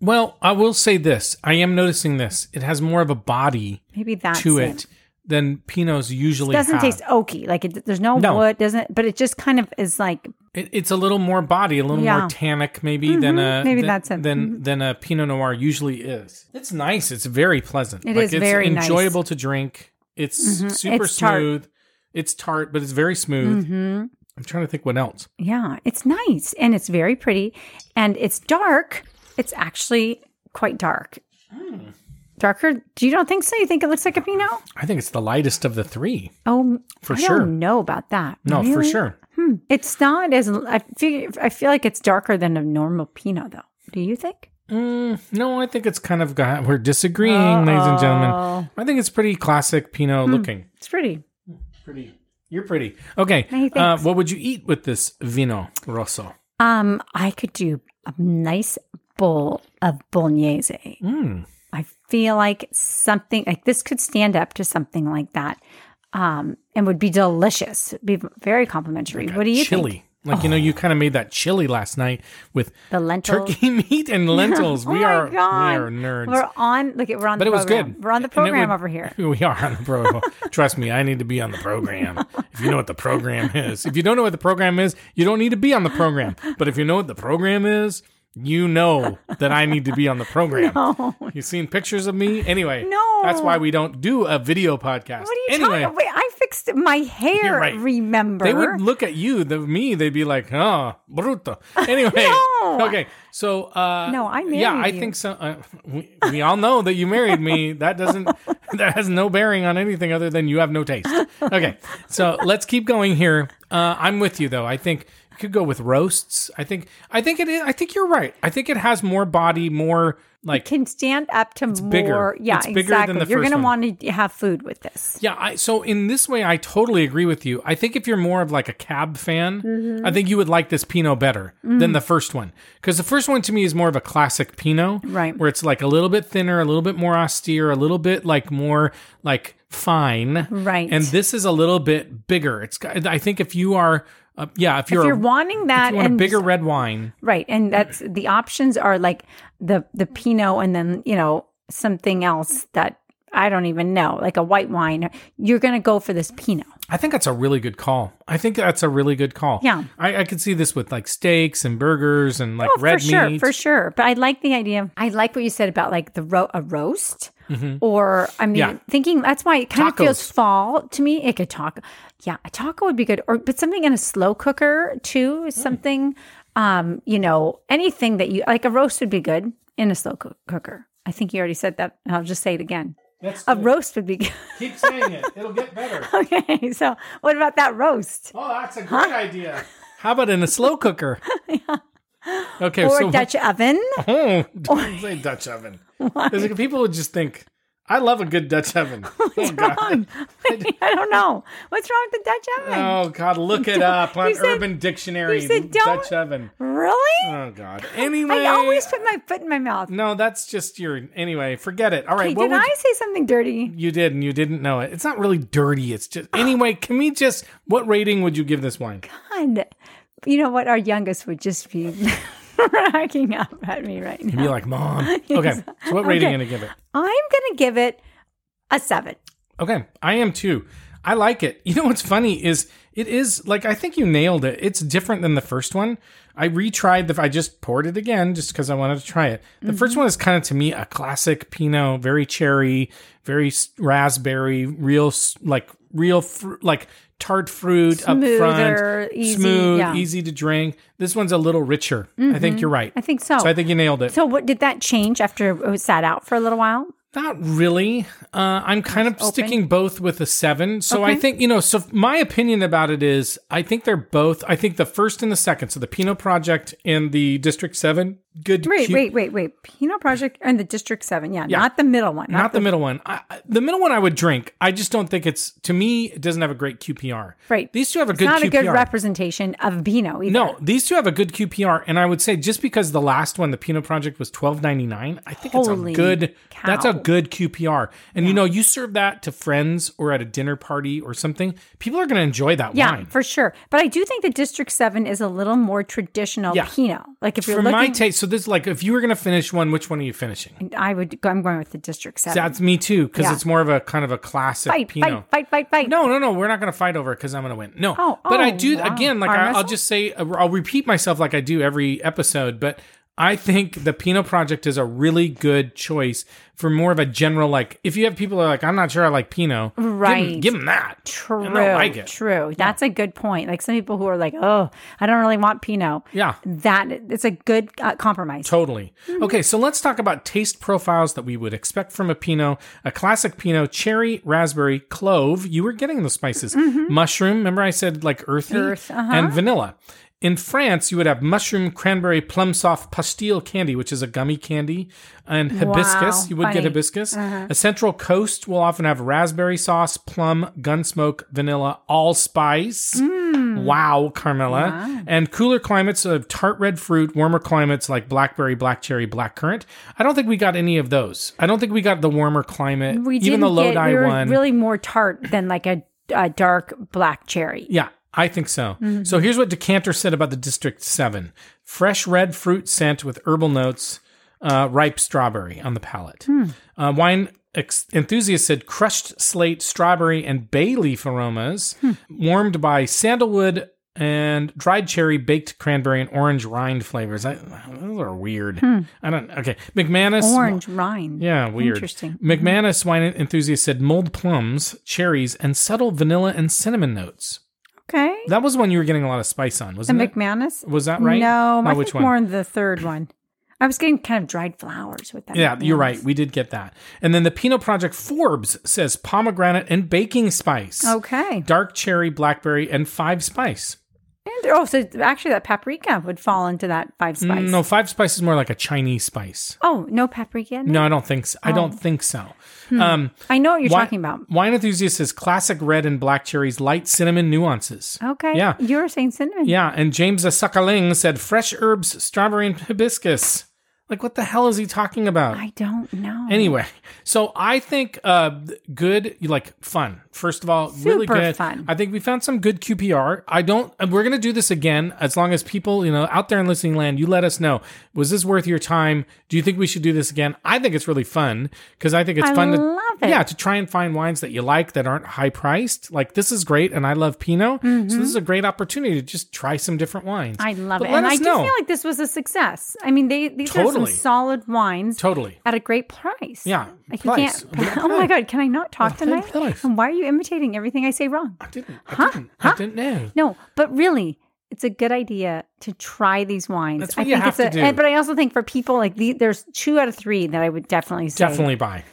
[SPEAKER 1] Well, I will say this. I am noticing this. It has more of a body
[SPEAKER 2] Maybe that's
[SPEAKER 1] to it than Pinots usually
[SPEAKER 2] Doesn't
[SPEAKER 1] have.
[SPEAKER 2] taste oaky. Like it, there's no,
[SPEAKER 1] No.
[SPEAKER 2] wood. Doesn't. But it just kind of is like
[SPEAKER 1] It, it's a little more body, a little
[SPEAKER 2] Yeah. Mm-hmm.
[SPEAKER 1] more tannic, maybe than a
[SPEAKER 2] Maybe
[SPEAKER 1] than,
[SPEAKER 2] that's it. Mm-hmm.
[SPEAKER 1] than than a Pinot Noir usually is. It's nice. It's very pleasant.
[SPEAKER 2] It
[SPEAKER 1] like,
[SPEAKER 2] is
[SPEAKER 1] it's
[SPEAKER 2] very nice. Mm-hmm.
[SPEAKER 1] enjoyable to drink. It's super
[SPEAKER 2] It's tart. Mm-hmm.
[SPEAKER 1] smooth. It's tart, but it's very smooth. I'm trying to think what else.
[SPEAKER 2] yeah, it's nice and it's very pretty and it's dark. It's actually quite dark.
[SPEAKER 1] Hmm.
[SPEAKER 2] Darker? Do you don't think so? You think it looks like a Pinot?
[SPEAKER 1] I think it's the lightest of the three.
[SPEAKER 2] Oh,
[SPEAKER 1] For
[SPEAKER 2] I
[SPEAKER 1] sure.
[SPEAKER 2] Don't know about that.
[SPEAKER 1] No, for
[SPEAKER 2] Really?
[SPEAKER 1] sure.
[SPEAKER 2] Hmm. It's not as I feel. I feel like it's darker than a normal Pinot, though. Do you think?
[SPEAKER 1] Mm, no, I think it's kind of got. We're disagreeing, ladies and gentlemen. I think it's pretty classic
[SPEAKER 2] Hmm.
[SPEAKER 1] Pinot looking.
[SPEAKER 2] It's pretty.
[SPEAKER 1] Pretty. You're pretty. Okay.
[SPEAKER 2] Hey,
[SPEAKER 1] uh,
[SPEAKER 2] thanks.
[SPEAKER 1] what would you eat with this vino rosso?
[SPEAKER 2] Um, I could do a nice bowl of bolognese.
[SPEAKER 1] Mm.
[SPEAKER 2] I feel like something like this could stand up to something like that, um, and would be delicious. It'd be very complimentary. what do you
[SPEAKER 1] chili.
[SPEAKER 2] think?
[SPEAKER 1] Like you know, you kind of made that chili last night with
[SPEAKER 2] The lentil.
[SPEAKER 1] turkey meat and lentils.
[SPEAKER 2] Oh
[SPEAKER 1] we
[SPEAKER 2] my
[SPEAKER 1] are
[SPEAKER 2] God.
[SPEAKER 1] we are nerds.
[SPEAKER 2] We're on. Look, we're on
[SPEAKER 1] but
[SPEAKER 2] the
[SPEAKER 1] it was
[SPEAKER 2] program.
[SPEAKER 1] good.
[SPEAKER 2] We're on the
[SPEAKER 1] And it would-
[SPEAKER 2] program over here.
[SPEAKER 1] We are on the program. Trust me, I need to be on the program. If you know what the program is, if you don't know what the program is, you don't need to be on the program. But if you know what the program is, you know that I need to be on the program. You've seen pictures of me. Anyway,
[SPEAKER 2] No.
[SPEAKER 1] that's why we don't do a video podcast.
[SPEAKER 2] What are you
[SPEAKER 1] anyway,
[SPEAKER 2] talking? Wait, I fixed my hair.
[SPEAKER 1] right.
[SPEAKER 2] Remember?
[SPEAKER 1] They would look at you, the me. They'd be like, "Oh, bruto." Anyway,
[SPEAKER 2] No.
[SPEAKER 1] okay. So, uh,
[SPEAKER 2] No, I
[SPEAKER 1] Yeah,
[SPEAKER 2] married
[SPEAKER 1] I
[SPEAKER 2] you.
[SPEAKER 1] think so. Uh, we, we all know that you married me. That doesn't. that has no bearing on anything other than you have no taste. Okay, so let's keep going here. Uh, I'm with you though. I think you could go with roasts. I think. I think it is. I think you're right. I think it has more body, more like.
[SPEAKER 2] can stand up to more.
[SPEAKER 1] bigger.
[SPEAKER 2] Yeah,
[SPEAKER 1] It's bigger than
[SPEAKER 2] exactly.
[SPEAKER 1] the
[SPEAKER 2] You're
[SPEAKER 1] first
[SPEAKER 2] gonna
[SPEAKER 1] one.
[SPEAKER 2] want to have food with this.
[SPEAKER 1] Yeah, I, so in this way, I totally agree with you. I think if you're more of like a cab fan,
[SPEAKER 2] Mm-hmm.
[SPEAKER 1] I think you would like this Pinot better
[SPEAKER 2] Mm.
[SPEAKER 1] than the first one. Because the first one to me is more of a classic Pinot,
[SPEAKER 2] Right.
[SPEAKER 1] Where it's like a little bit thinner, a little bit more austere, a little bit like more like fine,
[SPEAKER 2] Right.
[SPEAKER 1] And this is a little bit bigger. It's got- I think if you are, uh, yeah, if you're,
[SPEAKER 2] If you're wanting that
[SPEAKER 1] you want a
[SPEAKER 2] and
[SPEAKER 1] bigger red wine,
[SPEAKER 2] right, and that's the options are like the the Pinot and then you know something else that I don't even know, like a white wine. You're gonna go for this Pinot.
[SPEAKER 1] I think that's a really good call. I think that's a really good call.
[SPEAKER 2] Yeah. Oh,
[SPEAKER 1] I, I could see this with like steaks and burgers and like red
[SPEAKER 2] for sure,
[SPEAKER 1] meat.
[SPEAKER 2] for sure. But I like the idea. of- I like what you said about like the ro- a roast, or I mean,
[SPEAKER 1] Mm-hmm. Yeah.
[SPEAKER 2] thinking that's why it kind of feels
[SPEAKER 1] Tacos.
[SPEAKER 2] fall to me. It could talk, yeah, a taco would be good, or but something in a slow cooker too.
[SPEAKER 1] Mm.
[SPEAKER 2] Something, um, you know, anything that you like a roast would be good in a slow cook- cooker. I think you already said that. and I'll just say it again.
[SPEAKER 1] That's
[SPEAKER 2] A
[SPEAKER 1] good.
[SPEAKER 2] roast would be good.
[SPEAKER 1] Keep saying it. It'll get better.
[SPEAKER 2] okay, so what about that roast
[SPEAKER 1] Oh, that's a great idea. How about in a slow cooker? Okay,
[SPEAKER 2] or
[SPEAKER 1] so
[SPEAKER 2] Dutch oven?
[SPEAKER 1] oh, don't say Dutch oven. 'Cause people would just think, I love a good Dutch oven. Oh God.
[SPEAKER 2] I don't know. What's wrong with the Dutch oven?
[SPEAKER 1] oh God, look it up on
[SPEAKER 2] You said-
[SPEAKER 1] Urban Dictionary.
[SPEAKER 2] you said don't-
[SPEAKER 1] Dutch oven.
[SPEAKER 2] Really?
[SPEAKER 1] Oh God. Anyway,
[SPEAKER 2] I always put my foot in my mouth.
[SPEAKER 1] no, that's just your. Anyway, forget it. All right,
[SPEAKER 2] Hey,
[SPEAKER 1] Mm, what
[SPEAKER 2] did
[SPEAKER 1] would
[SPEAKER 2] I say something dirty?
[SPEAKER 1] you did and you didn't know it? It's not really dirty. It's just anyway. Can we just? What rating would you give this wine?
[SPEAKER 2] God, you know what? Our youngest would just be racking up at me right now.
[SPEAKER 1] Be like, mom. Okay, so what rating are you gonna give it?
[SPEAKER 2] I'm gonna give it a seven.
[SPEAKER 1] Okay, I am too. I like it. You know what's funny is it is like I think you nailed it. It's different than the first one. I retried the I just poured it again just because I wanted to try it. The
[SPEAKER 2] Mm-hmm.
[SPEAKER 1] first one is kind of to me a classic Pinot, very cherry, very s- raspberry, real s- like real fr- like tart fruit up
[SPEAKER 2] Smoother,
[SPEAKER 1] front,
[SPEAKER 2] easy,
[SPEAKER 1] smooth,
[SPEAKER 2] yeah. Mm-hmm.
[SPEAKER 1] easy to drink. This one's a little richer. I think you're right.
[SPEAKER 2] I think so.
[SPEAKER 1] So I think you nailed it.
[SPEAKER 2] so what did that change after it was sat out for a little while?
[SPEAKER 1] Not really. Uh, I'm kind of sticking both with a seven. So I
[SPEAKER 2] Okay.
[SPEAKER 1] think, you know, so my opinion about it is I think they're both, I think the first and the second, so the Pinot Project and the District 7, good.
[SPEAKER 2] Wait,
[SPEAKER 1] cute-
[SPEAKER 2] wait, wait, wait. Pinot Project and the District Seven. Yeah, not the middle one.
[SPEAKER 1] Not the middle one. I, I- the middle one I would drink. I just don't think it's, to me, it doesn't have a great QPR.
[SPEAKER 2] Right.
[SPEAKER 1] These two have a
[SPEAKER 2] It's
[SPEAKER 1] good
[SPEAKER 2] not
[SPEAKER 1] QPR.
[SPEAKER 2] a good representation of Pinot either.
[SPEAKER 1] no, these two have a good QPR, and I would say just because the last one, the Pinot Project, was twelve ninety nine, I think it's a
[SPEAKER 2] Holy
[SPEAKER 1] good. That's a
[SPEAKER 2] cow.
[SPEAKER 1] good QPR, and you know, you serve that to friends or at a dinner party or something, people are going to enjoy that
[SPEAKER 2] Yeah,
[SPEAKER 1] wine.
[SPEAKER 2] for sure. But I do think that District Seven is a little more traditional
[SPEAKER 1] Yeah.
[SPEAKER 2] Pinot. Like if you're
[SPEAKER 1] For my
[SPEAKER 2] looking,
[SPEAKER 1] taste, so this like if you were going to finish one, which one are you finishing?
[SPEAKER 2] I would. go I'm going with the District Seven.
[SPEAKER 1] That's me too, because
[SPEAKER 2] Yeah.
[SPEAKER 1] it's more of a kind of a classic
[SPEAKER 2] fight,
[SPEAKER 1] Pinot.
[SPEAKER 2] fight, fight, fight, fight.
[SPEAKER 1] No, no, no. We're not going to fight over it because I'm going to win. No.
[SPEAKER 2] Oh,
[SPEAKER 1] but I
[SPEAKER 2] oh,
[SPEAKER 1] do,
[SPEAKER 2] wow.
[SPEAKER 1] again, like
[SPEAKER 2] Arm
[SPEAKER 1] I, I'll
[SPEAKER 2] wrestle?
[SPEAKER 1] just say, I'll repeat myself like I do every episode, but I think the Pinot Project is a really good choice for more of a general, like, if you have people that are like, I'm not sure I like Pinot,
[SPEAKER 2] Right.
[SPEAKER 1] Give them that.
[SPEAKER 2] True.
[SPEAKER 1] And they'll like it.
[SPEAKER 2] True. That's a good point. Like some people who are like, oh, I don't really want Pinot.
[SPEAKER 1] Yeah.
[SPEAKER 2] That it's a good uh, compromise.
[SPEAKER 1] Totally.
[SPEAKER 2] Mm-hmm.
[SPEAKER 1] Okay, so let's talk about taste profiles that we would expect from a Pinot. A classic Pinot, cherry, raspberry, clove. You were getting the spices. Mushroom, remember I said like earthy?
[SPEAKER 2] Mm-hmm. Earth, uh-huh.
[SPEAKER 1] And vanilla. In France, you would have mushroom, cranberry, plum soft, pastille candy, which is a gummy candy, and hibiscus.
[SPEAKER 2] Wow,
[SPEAKER 1] you would get
[SPEAKER 2] funny.
[SPEAKER 1] hibiscus.
[SPEAKER 2] Uh-huh.
[SPEAKER 1] A central coast will often have raspberry sauce, plum, gunsmoke, vanilla, allspice.
[SPEAKER 2] Mm.
[SPEAKER 1] Wow, Carmela. And cooler climates of tart red fruit, warmer climates like blackberry, black cherry, black currant. I don't think we got any of those. I don't think we got the warmer climate,
[SPEAKER 2] We
[SPEAKER 1] even the
[SPEAKER 2] didn't
[SPEAKER 1] low
[SPEAKER 2] get,
[SPEAKER 1] dye
[SPEAKER 2] we were
[SPEAKER 1] one.
[SPEAKER 2] really more tart than like a, a dark black cherry.
[SPEAKER 1] Yeah, I think so.
[SPEAKER 2] Mm-hmm.
[SPEAKER 1] So here's what Decanter said about the District 7 fresh red fruit scent with herbal notes, uh, ripe strawberry on the palate.
[SPEAKER 2] Hmm.
[SPEAKER 1] Uh, wine ex- enthusiasts said crushed slate, strawberry, and bay leaf aromas,
[SPEAKER 2] Hmm.
[SPEAKER 1] warmed by sandalwood. And dried cherry, baked cranberry, and orange rind flavors. I, those are weird. I don't. Okay, McManus.
[SPEAKER 2] Hmm. Orange rind.
[SPEAKER 1] Yeah, weird.
[SPEAKER 2] Interesting. Mm-hmm.
[SPEAKER 1] McManus wine enthusiast said mulled plums, cherries, and subtle vanilla and cinnamon notes.
[SPEAKER 2] Okay.
[SPEAKER 1] That was one you were getting a lot of spice on, wasn't it?
[SPEAKER 2] McManus.
[SPEAKER 1] Was that right?
[SPEAKER 2] No,
[SPEAKER 1] Not
[SPEAKER 2] I
[SPEAKER 1] which
[SPEAKER 2] think
[SPEAKER 1] one?
[SPEAKER 2] more in the third one. I was getting kind of dried flowers with that.
[SPEAKER 1] yeah, you're
[SPEAKER 2] McManus.
[SPEAKER 1] right. We did get that. And then the Pinot Project Forbes says pomegranate and baking spice,
[SPEAKER 2] Oh. Okay.
[SPEAKER 1] dark cherry, blackberry, and five spice.
[SPEAKER 2] And, oh, so actually, that paprika would fall into that five spice.
[SPEAKER 1] No, five spice is more like a Chinese spice.
[SPEAKER 2] Oh, no paprika. in it?
[SPEAKER 1] No, I don't think so. I don't think so. Um,
[SPEAKER 2] I know what you're
[SPEAKER 1] wi-
[SPEAKER 2] Oh. talking about.
[SPEAKER 1] Wine enthusiast says classic red and black cherries, light cinnamon nuances.
[SPEAKER 2] Okay.
[SPEAKER 1] Yeah.
[SPEAKER 2] You were saying cinnamon.
[SPEAKER 1] Yeah, and James Asakaling said fresh herbs, strawberry, and hibiscus. Like, what the hell is he talking about?
[SPEAKER 2] I don't know.
[SPEAKER 1] Anyway, so I think uh, good, like fun. First of all, really
[SPEAKER 2] Super
[SPEAKER 1] good.
[SPEAKER 2] fun.
[SPEAKER 1] I think we found some good QPR. I don't. and We're gonna do this again as long as people, you know, out there in listening land, you let us know. Was this worth your time? Do you think we should do this again? I think it's really fun because I think it's
[SPEAKER 2] I
[SPEAKER 1] fun to
[SPEAKER 2] love it.
[SPEAKER 1] yeah to try and find wines that you like that aren't high priced. Like this is great, and I love Pinot, so this is a great opportunity to just try some different wines.
[SPEAKER 2] Mm-hmm. I love
[SPEAKER 1] But
[SPEAKER 2] it.
[SPEAKER 1] let
[SPEAKER 2] And
[SPEAKER 1] us
[SPEAKER 2] I do
[SPEAKER 1] know.
[SPEAKER 2] feel like this was a success. I mean, they these are
[SPEAKER 1] Totally.
[SPEAKER 2] some solid wines
[SPEAKER 1] totally.
[SPEAKER 2] at a great price.
[SPEAKER 1] Yeah,
[SPEAKER 2] Like
[SPEAKER 1] price.
[SPEAKER 2] you can't Oh my god, can I not talk tonight?
[SPEAKER 1] price.
[SPEAKER 2] And why are you imitating everything I say wrong?
[SPEAKER 1] I didn't. I didn't. I didn't know.
[SPEAKER 2] No, but really it's a good idea to try these wines.
[SPEAKER 1] That's what
[SPEAKER 2] I
[SPEAKER 1] you
[SPEAKER 2] think
[SPEAKER 1] have
[SPEAKER 2] it's
[SPEAKER 1] to
[SPEAKER 2] a,
[SPEAKER 1] do.
[SPEAKER 2] and- but I also think for people like the, there's two out of three that I would definitely say
[SPEAKER 1] Definitely buy.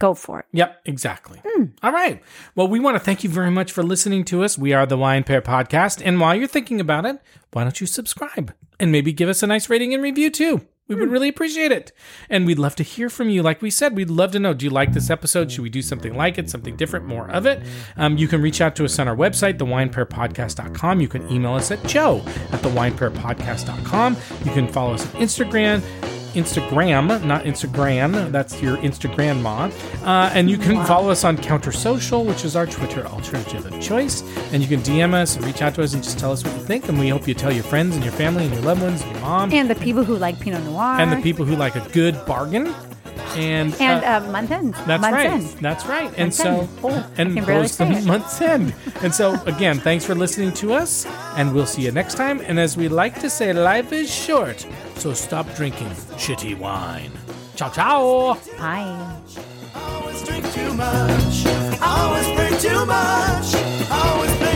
[SPEAKER 2] go for it.
[SPEAKER 1] Yep, exactly. All right. Well, we want to thank you very much for listening to us. We are the Wine Pair Podcast. And while you're thinking about it, why don't you subscribe and maybe give us a nice rating and review too? We would really appreciate it. And we'd love to hear from you. Like we said, we'd love to know do you like this episode? Should we do something like it, something different, more of it? Um, you can reach out to us on our website, thewinepairpodcast.com. You can email us at joe at thewinepairpodcast.com. You can follow us on Instagram. Instagram, not Instagram. That's your Instagram ma. Uh, and you can follow us on Counter Social, which is our Twitter alternative of choice. And you can DM us and reach out to us and just tell us what you think. And we hope you tell your friends and your family and your loved ones and your mom and,
[SPEAKER 2] And the people who like Pinot Noir
[SPEAKER 1] the people who like a good bargain. And,
[SPEAKER 2] and
[SPEAKER 1] uh,
[SPEAKER 2] uh, month end.
[SPEAKER 1] that's
[SPEAKER 2] month
[SPEAKER 1] right.
[SPEAKER 2] End.
[SPEAKER 1] That's right. And
[SPEAKER 2] Month's
[SPEAKER 1] so,
[SPEAKER 2] end. Oh, I
[SPEAKER 1] and
[SPEAKER 2] can barely
[SPEAKER 1] close the
[SPEAKER 2] say it.
[SPEAKER 1] month's end. And so, again, thanks for listening to us, and we'll see you next time. And as we like to say, life is short, so stop drinking shitty wine. Ciao, ciao.
[SPEAKER 2] Bye.
[SPEAKER 3] always always drink too much. I always drink too much. I always drink